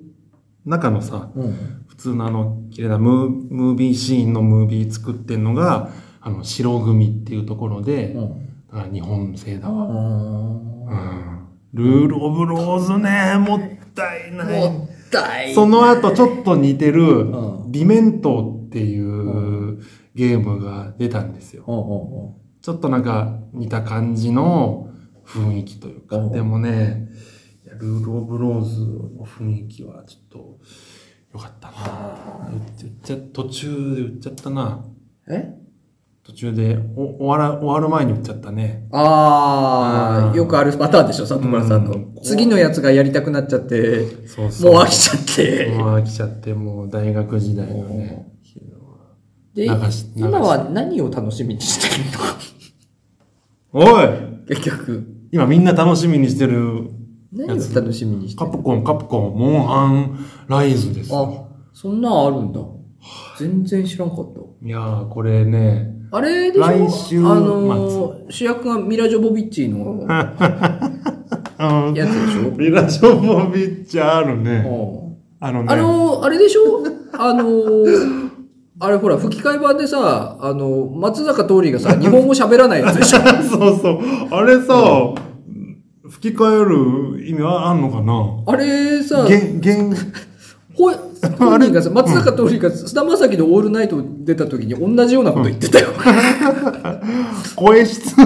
A: 中のさ、
B: うん。
A: 普通のあの、綺麗なムームービーシーンのムービー作ってんのが、あの、白組っていうところで、
B: うん。
A: だから日本製だわ。う
B: あ
A: ん。ルール・オブ・ローズね、もったい
B: ー
A: ない。
B: もったいない。
A: その後ちょっと似てる
B: う、ん
A: ディメントっていううゲームが出たんですよ。
B: うんうんうん。
A: ちょっとなんか似た感じの雰囲気というか、
B: うん
A: でもね、いやルール・オブ・ローズの雰囲気はちょっと良かったな。言っちゃ途中で言っちゃったな。
B: え
A: 途中でお終わら終わる前に言っちゃったね。
B: あ
A: うん
B: あ、よくあるパターンでしょ、里村さん
A: う
B: の
A: ん。
B: 次のやつがやりたくなっちゃって、
A: そうそう。
B: もう飽きちゃって。
A: もう飽きちゃって、もう大学時代のね。流
B: で、
A: し流し
B: 今は何を楽しみにしてるの
A: おい
B: 結局。
A: 今みんな楽しみにしてる
B: 何を楽しみにして
A: カ
B: る
A: プコン、カプコン、モンハン、ライズですよ。
B: あ、そんなんあるんだ。全然知らんかった。
A: いやー、これね、
B: あれでしょ
A: 来週
B: あのー主役がミラ・ジョボビッチのや
A: あ
B: つでしょ
A: ミラ・ジョボビッチあるね。
B: うん
A: あのね。
B: あのーあれでしょあのーあれほら、吹き替え版でさ、あのー松坂桃李が さ、日本語喋らないやつでしょ
A: そうそう。あれさ、吹き替える意味はあんのかな
B: あれさ、
A: 原、原、
B: ほ本人がさ、松坂桃李が菅田将暉のオールナイト出た時に同じようなこと言ってたよ。
A: 声 質、セ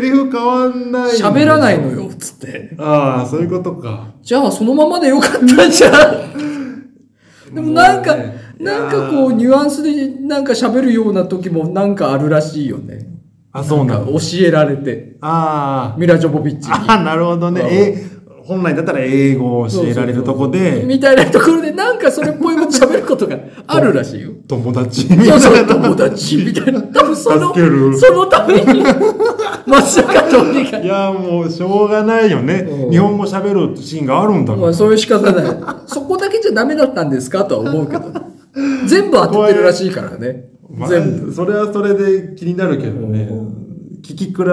A: リフ変わんない。
B: 喋らないのよ、つって。
A: ああ、そういうことか。
B: じゃあ、そのままでよかったじゃん。 でもなんか、
A: もうね
B: なん
A: いうや
B: かこ、
A: ー
B: ニュアンスでなんか喋るような時もなんかあるらしいよね。
A: あ、そうな
B: なんか
A: の。
B: 教えられて。
A: あ
B: ミラ・ジョボビッチ
A: あ。ああ、なるほどね。え、本来だったら英語を教えられるとこ
B: に。
A: で、
B: みたいなところで、なんかそれっぽいこと喋る ことがあるらしいよ。
A: 友達み
B: そ
A: た
B: うそ、
A: いうな。
B: 友達みた いな。多分その、
A: 助ける
B: そのために、松坂桃李が
A: いや、もう、しょうがないよね
B: う。ん
A: 日本語喋るシーンがあるんだか
B: ま
A: ら
B: あ、。そういう仕方ない。そこだけじゃダメだったんですかとは思うけどね。全部当ててるらしいからね。
A: まあ
B: 全部。
A: それはそれで気になるけどね
B: う。
A: 聞き比べ、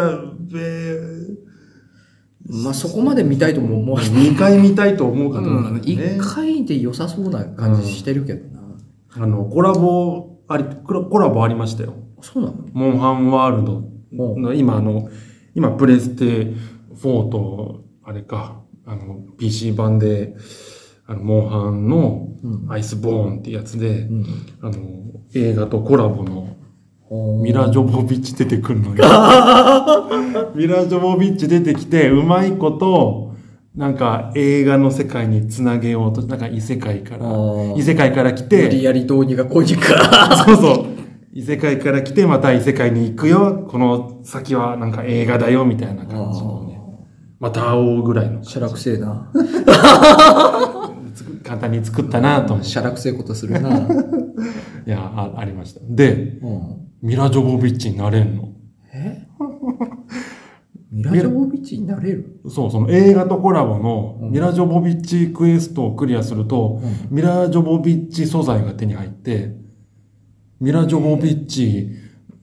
B: まあ、そこまで見たいとも思 わない。
A: 2回見たいと思うかどうかだね
B: 一。回で良さそうな感じしてるけどな。
A: あの、コラボ、あり、コラコラボありましたよ。
B: そうなの
A: モンハンワールドの、今あの、今プレステ4と、あれか、あの、PC 版で、あの、モンハンの
B: うん
A: アイスボーンってやつで、
B: うん。
A: あの、映画とコラボのミラ・ジョボビッチ出てく るのよ。ミラ・ジョボビッチ出てきて、うまいこと、なんか映画の世界につなげようと、なんか異世界から
B: あー、
A: 異世界から来
B: 無理
A: て、
B: やり導入がこいか。
A: そうそう、異世界から来て、また異世界に行くよ、この先はなんか映画だよ、みたいな感じのね。また会おうぐらいの
B: しゃらくせえな。
A: 簡単に作ったなと思って。
B: しゃらくせえこと するな。う
A: いやあ、ありました。で、
B: ん。
A: ミラ・ジョボビッチになれんの。
B: えミラ・ジョボビッチになれる
A: そう、その映画とコラボの
B: うん
A: ミラ・ジョボビッチクエストをクリアすると、
B: う
A: ミラ・ジョボビッチ素材が手に入って、ミラ・ジョボビッチ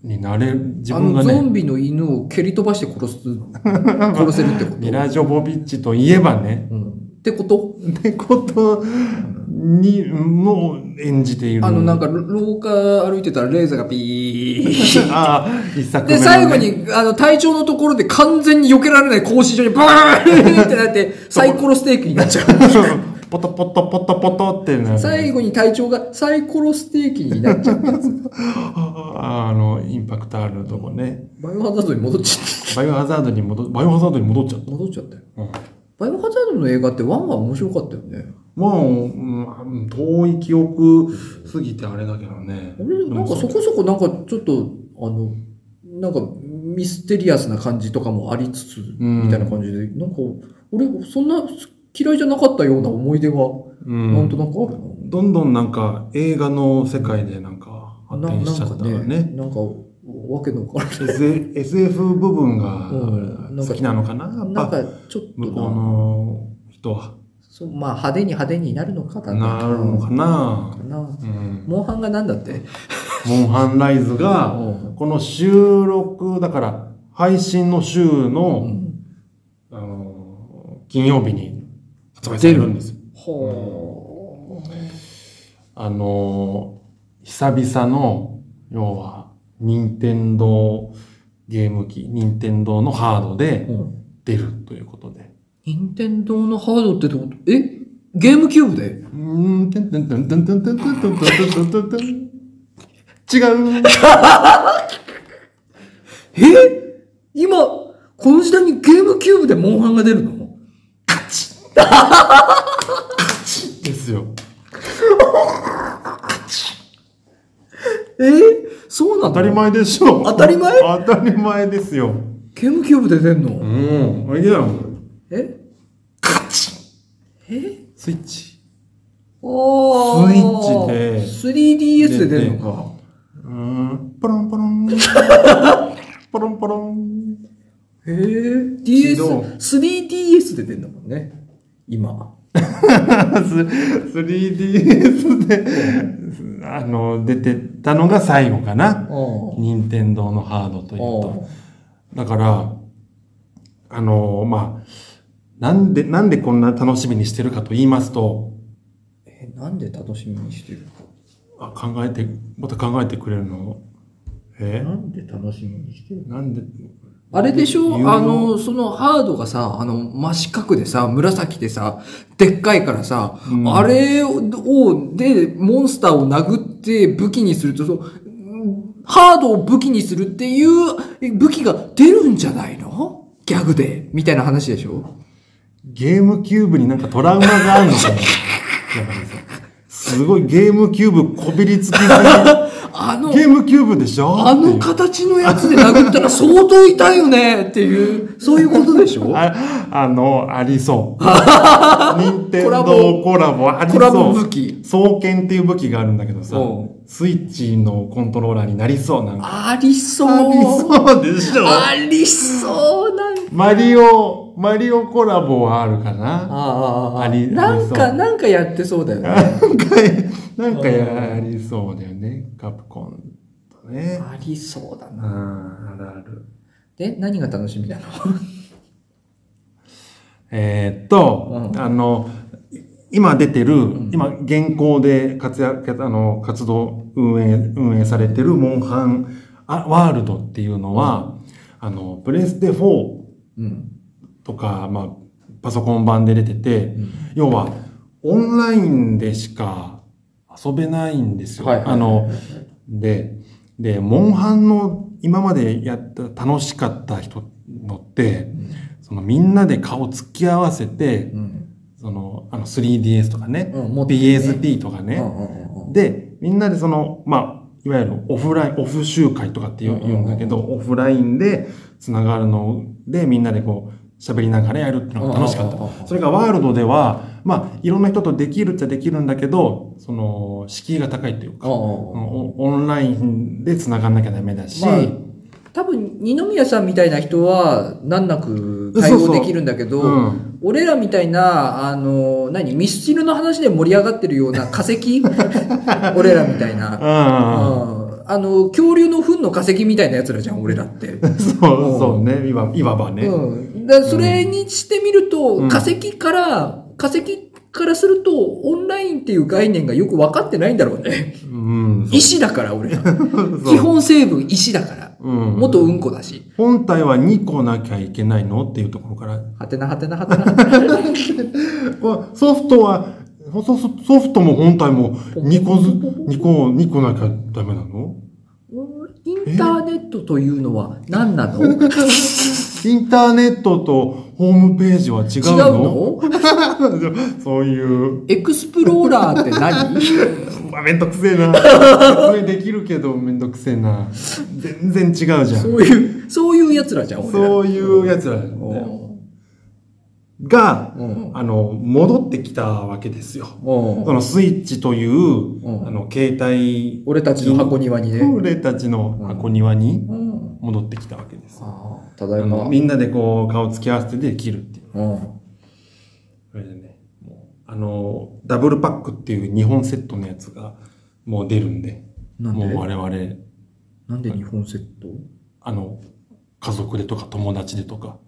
A: になれる、自
B: あ
A: 分
B: の
A: が
B: ゾ
A: ね、
B: ンビの犬を蹴り飛ばして殺す、殺せるってこと
A: ミラ・ジョボビッチといえばね、
B: うんってこと
A: ってことに、も演じている。
B: あの、なんか、廊下歩いてたらレーザーがピー。
A: ああ、一作目、
B: で、最後。に、あの、体調のところで完全に避けられない格子状にバーンってなって、サイコロステーキになっちゃう。
A: ポトポトポトポトってなる。
B: 最後に体調がサイコロステーキになっちゃうやつ。
A: ああの、インパクトあるとこね。
B: バイオハザードに戻っちゃ
A: バ
B: っ。
A: イオハザードに戻、バイオハザードに戻っちゃった
B: 戻っちゃったよ。
A: た。うん
B: バイオハザードの映画ってワンワン面白かったよね。
A: まあ、うん、遠い記憶すぎてあれだけどね。
B: 俺、なんかそこそこなんかちょっと、あの、なんかミステリアスな感じとかもありつつ、
A: ん
B: みたいな感じで、なんか、俺、そんな嫌いじゃなかったような思い出が、
A: うん
B: なんとなくある
A: どんどんなんか映画の世界でなんか
B: な。
A: 発展しちゃった
B: な
A: ね。
B: なんかね、なんか、わけのわからない
A: S- SF 部分
B: うんな
A: が
B: んか
A: 好きなのかな、や
B: なん
A: っぱ
B: か、ちょっ
A: 向
B: と
A: こう
B: な、
A: の人は。
B: そうまあ、派手に派手になるのかだ
A: なるのかな
B: かな。
A: うん。
B: モンハンがなんだって
A: モンハンライズが、
B: う
A: この収録、だから配信の週の、
B: ん。
A: あの金曜日に発売されるんですよ。
B: ほ
A: あの久々の、要は、任天堂ゲーム機、任天堂のハードで
B: う。うん。
A: 出るということで。
B: 任天堂のハードってどうえゲームキューブで
A: うん、てんてんてんてんてんてんてんてんてんてんてんてん。違う。
B: え今、この時代にゲームキューブでモンハンが出るの
A: ですよ。
B: えそうな
A: 当
B: の
A: たり前でしょ。
B: 当たり前
A: 当たり前ですよ。
B: ゲームキューブで出んの
A: うん。あ、いや、
B: ええ
A: スイッチ。
B: おー。
A: ス
B: で。3DS で出るのか。
A: うん。ポロンポロン。ポロンポロン。
B: へえ。DS、
A: 自動
B: 3DS で出るんだもんね。今。
A: 3DS で、あの、出てたのが最後かな。
B: あ
A: 任天堂のハードというと。だから、あのまあ、なんで、なんでこんな楽しみにしてるかと言いますと、
B: え、なんで楽しみにしてるか。
A: あ考えて、また考えてくれるのえ
B: なんで楽しみにしてる
A: なんで、
B: あれでしょ
A: 言うよ
B: あの、そのハードがさ、あの、真四角でさ、紫でさ、でっかいからさ、
A: うん
B: あれを、で、モンスターを殴って武器にすると、そううんハードを武器にするっていう武器が出るんじゃないのギャグで、みたいな話でしょ
A: ゲームキューブになんかトラウマがあるの かないやなんかすごいゲームキューブこびりつきが
B: あの、
A: ゲームキューブでしょ
B: あ
A: ってい
B: の
A: う
B: 形のやつで殴ったら相当痛いよねっていう、そういうことでしょ
A: ああの、あり そう。任天
B: コラ
A: 堂
B: ボ
A: コラボありそう。
B: コラボ武器
A: 双剣っていう武器があるんだけどさ
B: う、
A: スイッチのコントローラーになりそうなんか。
B: ありそう。
A: ありそうでしょ
B: ありそうなんか。
A: マリオ、マリオコラボはあるかな
B: あ
A: ああり
B: なん
A: あり
B: か、
A: そう
B: なんかやってそうだよね。
A: なんか、なんかやりそうだよね。カプコンとね。
B: ありそうだ
A: うん、
B: な。
A: あるある。
B: で、何が楽しみなの
A: えーっと、
B: うん
A: あの、い今出てる、今、現行で活躍、あの、活動、運営、運営されてるモンハンあワールドっていうのは、あの、プレステ4
B: うん。
A: とか、まあ、パソコン版で出てて、
B: うん
A: 要は、オンラインでしか遊べないんですよ。
B: はいはいはい
A: あの、で、で、モンハンの今までやった楽しかった人のって、そのみんなで顔突き合わせて、
B: うん。
A: その、あの 3DS とかね、
B: うん持ってね
A: PSP とか
B: うんう
A: ね、
B: んうんうん
A: で、みんなでその、まあ、いわゆるオフライン、オフ集会とかって言う
B: うんうん
A: 言うんだけど、オフラインで繋がるので、みんなでこう、喋りながらやるっていうのが楽しかっ
B: うんうんうんうん
A: た。それがワールドでは、まあ、いろんな人とできるっちゃできるんだけど、その、敷居が高いというか、
B: うんうん
A: おオンラインで繋がんなきゃダメだし、
B: まあ多分、二宮さんみたいな人は、難なく対
A: そう
B: 応
A: そう
B: できるんだけど、
A: うん
B: 俺らみたいな、あの、何、ミスチルの話で盛り上がってるような 化石俺らみたいな。
A: うん。
B: うんあの、恐竜の糞の化石みたいな奴らじゃん、俺らって。
A: そう、そうね、いわいわばね。
B: うん。だそれにしてみると、
A: うん
B: 化石から、化石からすると、オンラインっていう概念がよく分かってないんだろうね。
A: うん。
B: 石だから、俺ら。
A: そう
B: 基本成分石だから。
A: うん
B: 元うんこだし。
A: 本体は2個なきゃいけないのっていうところから、
B: はてなはてなはてなはて な。
A: わソフトは、ソソフトソフトも本体も2個ず、2個、2個なきゃダメなの
B: インターネットというのは何なの違う
A: インターネットとホームページは違うの
B: の
A: そういう、
B: エクスプローラーって何
A: まあ、めんどくせえな。説明できるけどめんどくせえな。全然違うじゃん。
B: そういう、そういう奴らじゃん、俺ら。
A: そういうやつらだよ
B: う
A: ね。
B: ん
A: が、
B: うん
A: あの、戻ってきたわけですよ。
B: う
A: こ
B: ん
A: のスイッチという、
B: うん
A: あの、携帯、
B: 俺たちの箱庭にね、
A: 俺たちの箱庭に
B: うん
A: 戻ってきたわけです。
B: ああただい
A: あの
B: ま
A: みんなでこう、顔つき合わせてできるっていう。
B: うん
A: それでね、もうあの、ダブルパックっていう2本セットのやつが、もう出るんで、
B: なん
A: もう
B: で
A: 我々、
B: なんで日本セット
A: あの、家族でとか友達でとか、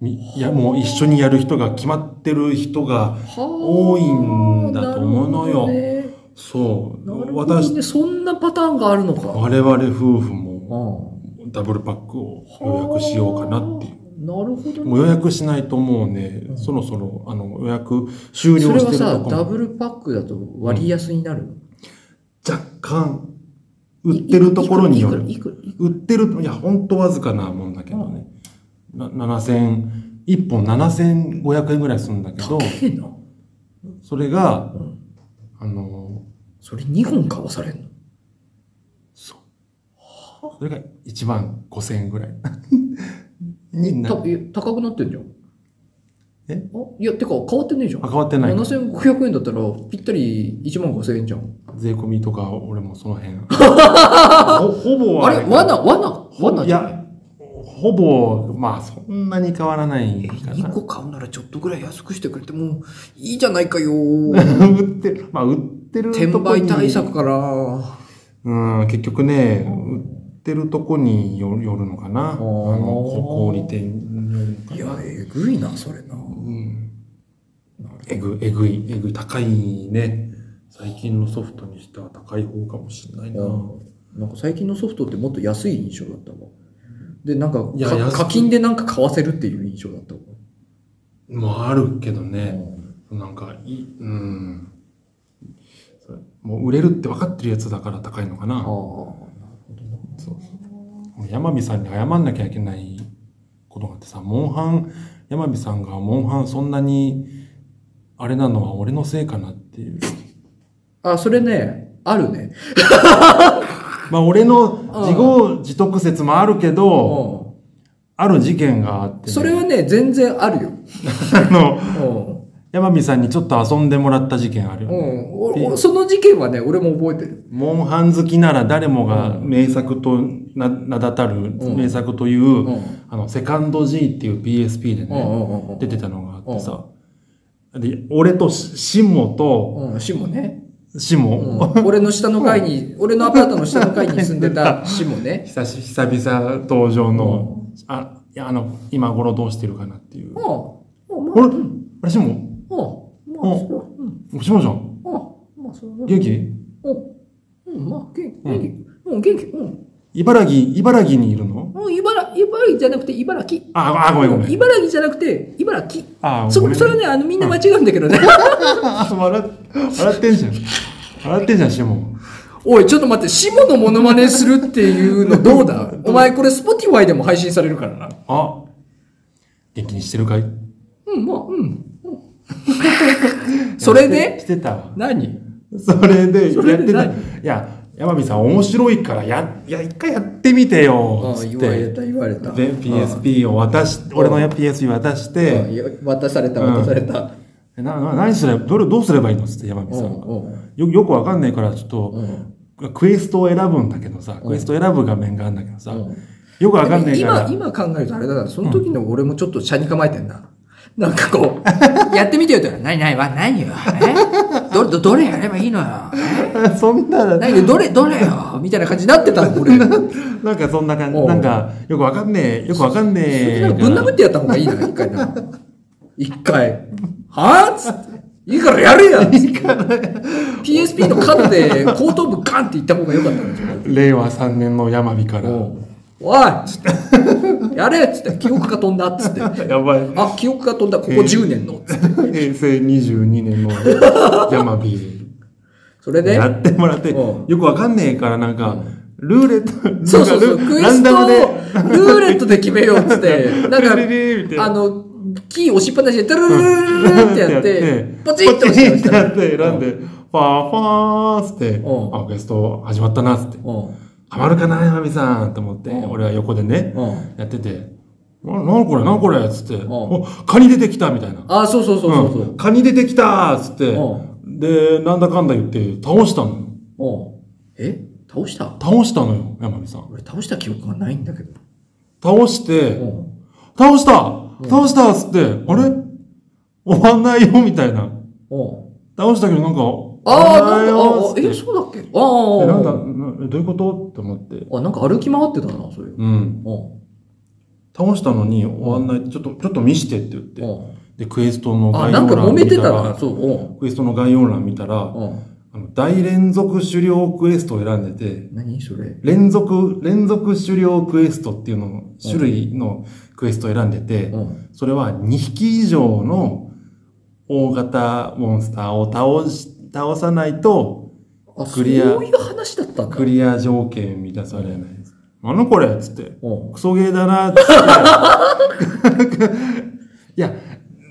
A: みいや、もう一緒にやる人が決まってる人が、多いんだと思うのよ
B: なる
A: そ
B: ほどねなる
A: う、
B: ほど
A: 私、
B: ねそんなパターンがあるのか
A: 我々夫婦も
B: う
A: ダブルパックを
B: ん
A: 予約しようかなっていう。
B: なるほど
A: もう予
B: ね
A: 約しないともうね、
B: うん
A: そろそろあの予約終了
B: それ
A: し
B: は
A: てる
B: さ
A: とこ
B: ダ
A: も
B: ブルパックだと割安になるの
A: 若干売ってるところによる。
B: いくらいくらいく
A: 売ってる、いや、ほんとわずかなもんだけどね。な7000、1本7500円ぐらいするんだけ
B: ら
A: ど
B: 高、えな
A: それが
B: うん、
A: あの、
B: それ2本買わされんの
A: そう。それが1万5000円ぐらい。にな
B: たえ高くなってんじゃん
A: え
B: あいやてか変わってねえじゃん
A: あ、変わってない。
B: 7500円だったらぴったり1万5000円じゃん
A: 税込みとか、俺もその辺。ほほぼ
B: あれ
A: わ
B: 罠罠罠
A: い
B: じゃない
A: や、ほぼ、まあ、そんなに変わらない
B: え
A: か
B: 2
A: な。
B: 個買うならちょっとぐらい安くしてくれてもいいじゃな いか よ
A: 売ってる、まあ、売ってるとこ
B: 転
A: に。
B: 売対策から
A: うん、結局ね、売ってるとこによよるのかな。あの、小小売店によるのかな。
B: いや、えぐいな、それな。
A: うん。えぐ、えぐい、えぐい、高いね。最近のソフトにしては高い方かもしれないな。
B: なんか最近のソフトってもっと安い印象だったわ。で、なんか
A: いや
B: か
A: 安い
B: 課金でなんか買わせるっていう印象だったわ。
A: もうあるけど
B: う
A: ね。
B: ん
A: なんか、いうん。それもう売れるって分かってるやつだから高いのか
B: ああ、なる
A: な。
B: ほどな。
A: そうそう。山火さんに謝んなきゃいけないことがあってさ、モンハン、山火さんがモンハンそんなに、あれなのは俺のせいかなっていう。
B: あ、それね、あるね。
A: まあ俺の自業自得説もあるけど、
B: う
A: ある事件があってね、
B: ん。それはね、全然あるよ。
A: あの、
B: うん
A: 山美さんにちょっと遊んでもらった事件あるよ
B: う
A: ね。
B: んお。おその事件はね、俺も覚えてる。
A: モンハン好きなら誰もが
B: う
A: 名作とな名だたる
B: ん
A: 名作という、
B: うん。うん
A: あの、セカンド G っていう PSP で
B: う
A: ね、
B: んうんうん。
A: 出てたのがあってさ、で、俺としシモと、
B: うん、シモね、
A: シ
B: う
A: モ、
B: ん、俺の下の階に、俺のアパートの下の階に住んでたシモね。
A: 久し、久々登場の、あ、いや、あの、今頃どうしてるかなっていう。
B: う
A: あ
B: ん。う
A: れ
B: んまあ、
A: あれ、シモ
B: うん。まあ、それはうん。
A: シモじゃん。
B: あ、まあ、そうだね
A: 元気
B: うん、うん、まあ、元気、元気、うん、元気、うん。
A: 茨城、茨城にいるの
B: うん、茨、茨城じゃなくて、茨城。
A: あ、あ、ごめんごめん。
B: 茨城じゃなくて、茨城。
A: あー、
B: そ
A: ご
B: こ、
A: めん
B: それはね、あの、みんな間違うんだけどね。
A: あ笑っ笑ってんじゃん。笑ってんじゃん、シモン。
B: おい、ちょっと待って、下のモノマネするっていうのどう だお前、これ、Spotify でも配信されるからな。
A: あ元気にしてるかい
B: うん、まあ、うん うん。それ
A: して
B: で
A: してたわ。
B: 何
A: それで、
B: それ
A: やっ
B: で
A: てた。
B: 何
A: いや、山美さん面白いから、や、いや、一回やってみてよ。つって。
B: た、言われた
A: で、PSP を渡し、俺の PSP 渡して、
B: 渡された、
A: 渡さ
B: れた。
A: えな、な、何すれば、どれ、どうすればいいのつって、山美さんが。よ、よくわかんないから、ちょっと、クエストを選ぶんだけどさ、クエストを選ぶ画面があるんだけどさ、よくわかんないから
B: 今、、今考えるとあれだな、その時の俺もちょっと車に構えてんな。なんかこ う、やってみてよって言うから何、何、わ何よ。えど、ど、どれやればいいのよ。
A: そんな、
B: 何で、どれ、どれよ。みたいな感じになってたの、俺。
A: なんかそんな感
B: お
A: じ、
B: う
A: なんかよくわかんねえ、よくわかんねえ
B: なんかぶん殴ってやった方がいいな、一回な。一回。はぁつって。いいからやるやん PSP の角で後頭部ガンっていった方が良かったんですよ。
A: 令和3年の山火から。
B: おいつって。やれっつって。記憶が飛んだっつって。
A: やばい。
B: あ、記憶が飛んだ、ここ10年のっつって。
A: 平成22年の山 火。
B: それで、
A: やってもらって、
B: お
A: よ
B: う
A: くわかんねえから、なんか、ルーレット、
B: そうそうそ
A: な
B: う、
A: んか
B: ク
A: ル
B: エ
A: ラン
B: ス
A: ダ
B: ト
A: ム
B: を
A: で、
B: ルーレットで決めようっつって、なんか、
A: ルルルルみたいな
B: あの、キー押しっぱなしで、トゥルルルルルルってやって、ポチッと押
A: ポチ
B: してま
A: ッ
B: し
A: と
B: た
A: やって、選んで、ファーファーっつって
B: お、う
A: あ、クエスト始まったなっつって、
B: うん
A: ハマるかな、山火さんと思って、
B: おう
A: 俺は横でね、
B: うん
A: やってて、ななんこれなんこれっつって、
B: ん
A: おカニ出てきたみたいな。。
B: あ、そうそうそうそうそううん
A: カニ出てきたっつって、
B: う
A: で、なんだかんだ言って倒したのよ。
B: うん。え倒した
A: 倒したのよ、山美さん。
B: 俺倒した記憶がないんだけど。
A: 倒して、
B: うん。
A: 倒した倒したっつって、あれ終わんないよみたいな。
B: うん。
A: 倒したけどなんか、
B: ああ、
A: 終わ
B: なん
A: ん
B: だ、
A: よ
B: あ
A: っ
B: え、
A: つって
B: そうだっけああ、
A: えなんだ
B: あ
A: なえどういうことって思って。
B: あ、あなんか歩き回ってたな、それ。うん。
A: うん。
B: う
A: 倒したのに終わんない。ちょっと、ちょっと見してって言って。
B: ん。
A: で、クエストの
B: あ、
A: 概
B: な
A: 要
B: んか揉
A: 欄
B: め
A: 見
B: て
A: た
B: たな、
A: ら、
B: そう。うん。
A: クエストの概要欄見たら、
B: うん。
A: あの大連続狩猟クエストを選んでて、
B: 何それ。
A: 連続、連続狩猟クエストっていうのを、種類のクエストを選んでて、
B: うん。
A: それは2匹以上の大型モンスターを倒し、倒さないと
B: あ、そ
A: ク
B: う
A: リア
B: いう話だったんだ。
A: クリア条件満たされないです。あのこれっつって、
B: うん。
A: クソゲーだ なっつって。いや、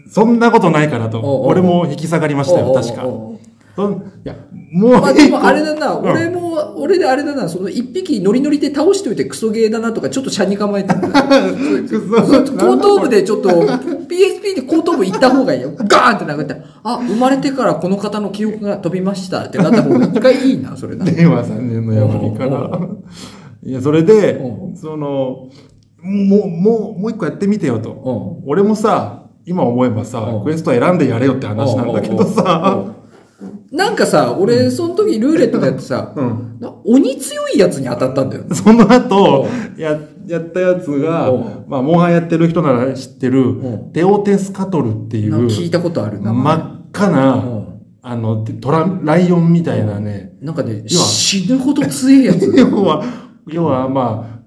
A: そんなことないからと、
B: おうおう
A: 俺も引き下がりましたよ、確か。
B: おうおうおう
A: そんいや、もう
B: まあで
A: 一個
B: もあれだな、
A: うん
B: 俺も、俺であれだな、その一匹ノリノリで倒しておいてクソゲーだなとか、ちょっと車に構えてる。
A: クソ
B: 後頭部でちょっと、PSP で後頭部行った方がいいよ。ガーンって殴って、あ、生まれてからこの方の記憶が飛びましたってなった方が一回いいな、それな。
A: 令和3年の山にから
B: う。
A: いや、それで
B: う、
A: その、もう、もう、もう一個やってみてよと。
B: う
A: 俺もさ、今思えばさ
B: う、ん
A: クエスト選んでやれよって話なんだけどさ、
B: ん。なんかさ、俺、その時ルーレットでやってさ、
A: うん。
B: な鬼強いやつに当たったんだよ。
A: その後
B: う、
A: や、やったやつが
B: うん、
A: まあ、モンハンやってる人なら知ってる
B: ん、
A: テオテスカトルってい
B: なん
A: う
B: か、聞いたことあるな。
A: 真っ赤
B: う
A: な、
B: ん
A: あの、トラ、ライオンみたいなね、
B: なんかね、
A: 要は
B: 死ぬほど強いや つ。
A: 要は、要は、まあ、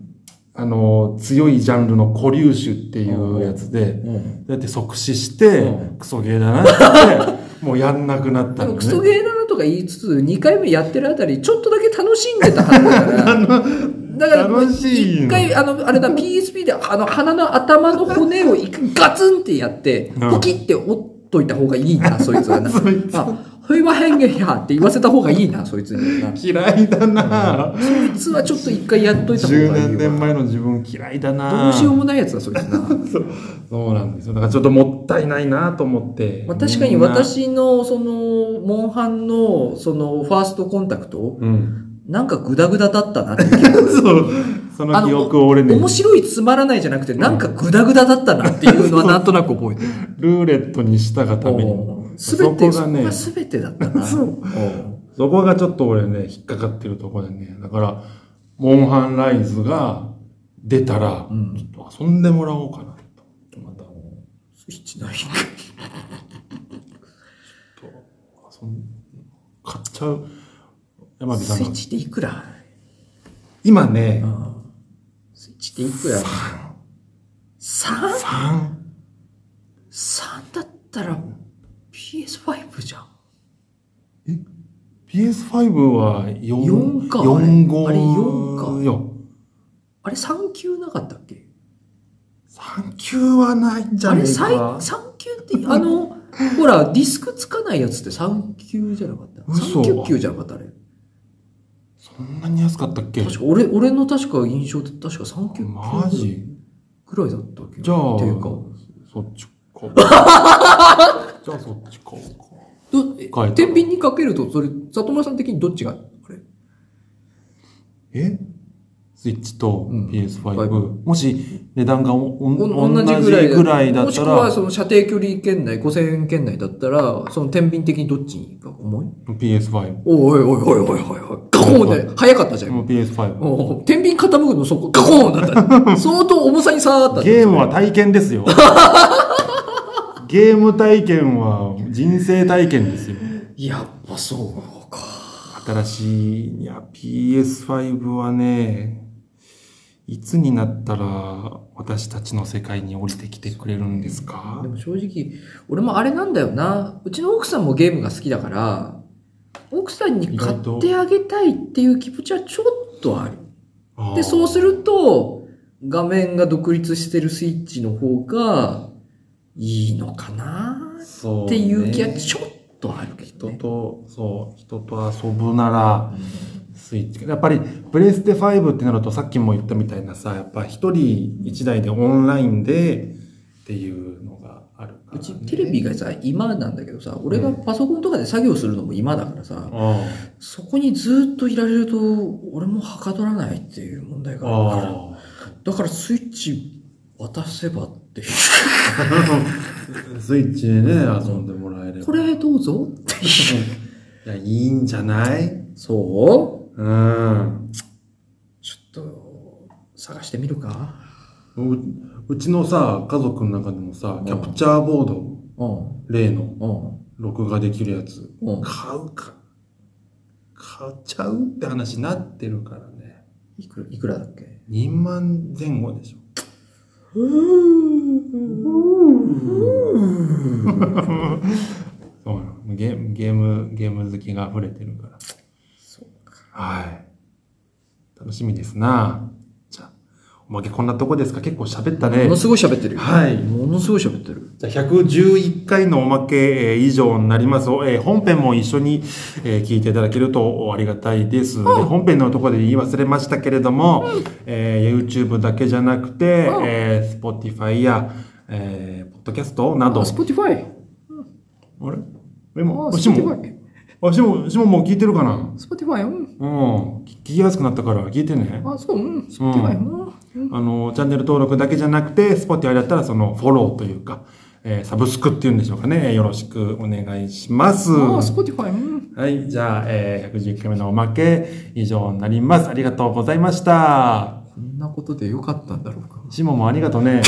A: あの、強いジャンルの古竜種っていうやつで、
B: うん
A: だって即死して、
B: う
A: クソゲーだなって言って、もうやんなくなったの
B: でも
A: ね。
B: クソゲーなのとか言いつつ、2回目やってるあたり、ちょっとだけ楽しんでたはず だから。だから、
A: 楽しいの
B: 一回、あの、あれだ、PSP で、あの、鼻の頭の骨を一回ガツンってやって、
A: うん
B: ポキって折っといた方がい いな、そいつはな。
A: そいつ
B: あ、ふいまへんげやって言わせた方がいいな、そいつにはな。
A: 嫌いだな
B: そいつはちょっと一回やっといた方がいい
A: 10
B: わ。
A: 何年前の自分嫌いだな
B: どうしようもないやつだ、そいつな。
A: そうなんですよ。だからちょっともったいないなと思って。
B: まあ、確かに私の、その、モンハンの、その、ファーストコンタクト、
A: みんな。う ん。
B: なんかグダグダだったなっていう気が
A: そう。その記憶を俺ね、
B: 面白いつまらないじゃなくて、なんかグダグダだったなっていうのはなんとなく覚えてる。
A: ルーレットにしたがために。
B: すべて、
A: そ
B: そ
A: こが
B: こ
A: ね
B: がすべてだった な。
A: そう
B: うん
A: そこがちょっと俺ね、引っかかってるところでね。だから、モンハンライズが出たら、
B: ん
A: ちょっと遊んでもらおうかなと。また、
B: 一ない
A: 遊ん買っちゃう。山火さ
B: スイ
A: ん
B: ッ
A: が。
B: チっていくら
A: 今ね、
B: スイッチっていくら ?3?3
A: 3。
B: だったら PS5 じゃん。
A: PS5 は4。
B: 四か
A: 4号。
B: あれ四か
A: よ。
B: あれ3級なかったっけ
A: 3級はないんじゃ
B: あ
A: ね
B: れ
A: え
B: 最
A: か。
B: 3級って、あの、ほら、ディスクつかないやつって3級じゃなかった
A: 嘘
B: ?3 級級じゃなかったあれ。
A: そんなに安かったっけ
B: 確か俺、俺の確か印象って確か3級級
A: マジ
B: ぐらいだったっけ
A: じゃあ、
B: っていうか。
A: そっちか。じゃあそっちか。
B: どえ
A: 書いた
B: 天秤にかけると、それ、里村さん的にどっちがあれ
A: えスイッチと
B: うん
A: PS5、
B: 5
A: もし値段がおお
B: お
A: 同じぐらいだ
B: も
A: っ
B: したく
A: ら
B: は、その射程距離圏内、5000円圏内だったら、その天秤的にどっちが重い
A: PS5
B: おいおいおいおいおいおい、ガコーンで、早かったじゃん。
A: もう PS5
B: おう天秤傾くのそこ、ガコーンだ った。相当重さに差あった。
A: ゲームは体験ですよゲーム体験は人生体験ですよ
B: やっぱそうか。
A: 新しいいや PS5 はねいつになったら私たちの世界に降りてきてくれるんですか
B: でも正直、俺もあれなんだよな。うちの奥さんもゲームが好きだから、奥さんに買ってあげたいっていう気持ちはちょっとある。で、そうす
A: る
B: ると、画面が独立してるスイッチの方がいいのかなっていう気はちょっとあるけど、
A: 人
B: ね。
A: と、そう、人と遊ぶなら、スイッチがやっぱりプレステ5ってなるとさっきも言ったみたいなさやっぱ一人一台でオンラインでっていうのがあるから
B: う
A: ね、
B: ちテレビがさ今なんだけどさ俺がパソコンとかで作業するのも今だからさ
A: あ
B: そこにずっといられると俺もはかどらないっていう問題
A: あ
B: があるから
A: あ
B: だからスイッチ渡せばっていう
A: あスイッチでね遊んでもらえれば
B: これどうぞって
A: いやいいんじゃない
B: そう
A: うん
B: ちょっと探してみるか
A: ううちのさ家族の中でもさキャプチャーボード
B: うん
A: 例の
B: うん
A: 録画できるやつ
B: うん
A: 買うか買っちゃうって話になってるからね
B: いくらいくらだっけ
A: 2万前後でしょ
B: うーん
A: そうなのゲゲームゲーム好きが溢れてるから
B: そうか
A: はい楽しみですなじゃあおまけこんなとこですか結構喋った
B: も
A: ね
B: のすごい喋ってるよ
A: はい
B: ものすごい喋ってる
A: じゃあ111回のおまけえー以上になります。えー本編も一緒にえー聞いていただけるとありがたいです。で本編のところで言い忘れましたけれども、えー YouTube だけじゃなくて、
B: うん
A: えー Spotify や、えー、ポッドキャストなど。
B: スポティファ
A: あ
B: イ
A: れえもう、しも、あ、しも、しももう聞いてるかな
B: スポティファイう
A: う
B: ん
A: ん。聞きやすくなったから聞いてね。
B: あそううんスポティファイうん
A: あの、チャンネル登録だけじゃなくて、Spotify だったらそのフォローというか、えーサブスクっていうんでしょうかね。よろしくお願いします。
B: あスポティファイうん
A: はい。じゃあ、えー111回目のおまけ、以上になります。ありがとうございました。
B: こんなことでよかったんだろうか
A: シモもありがとうね。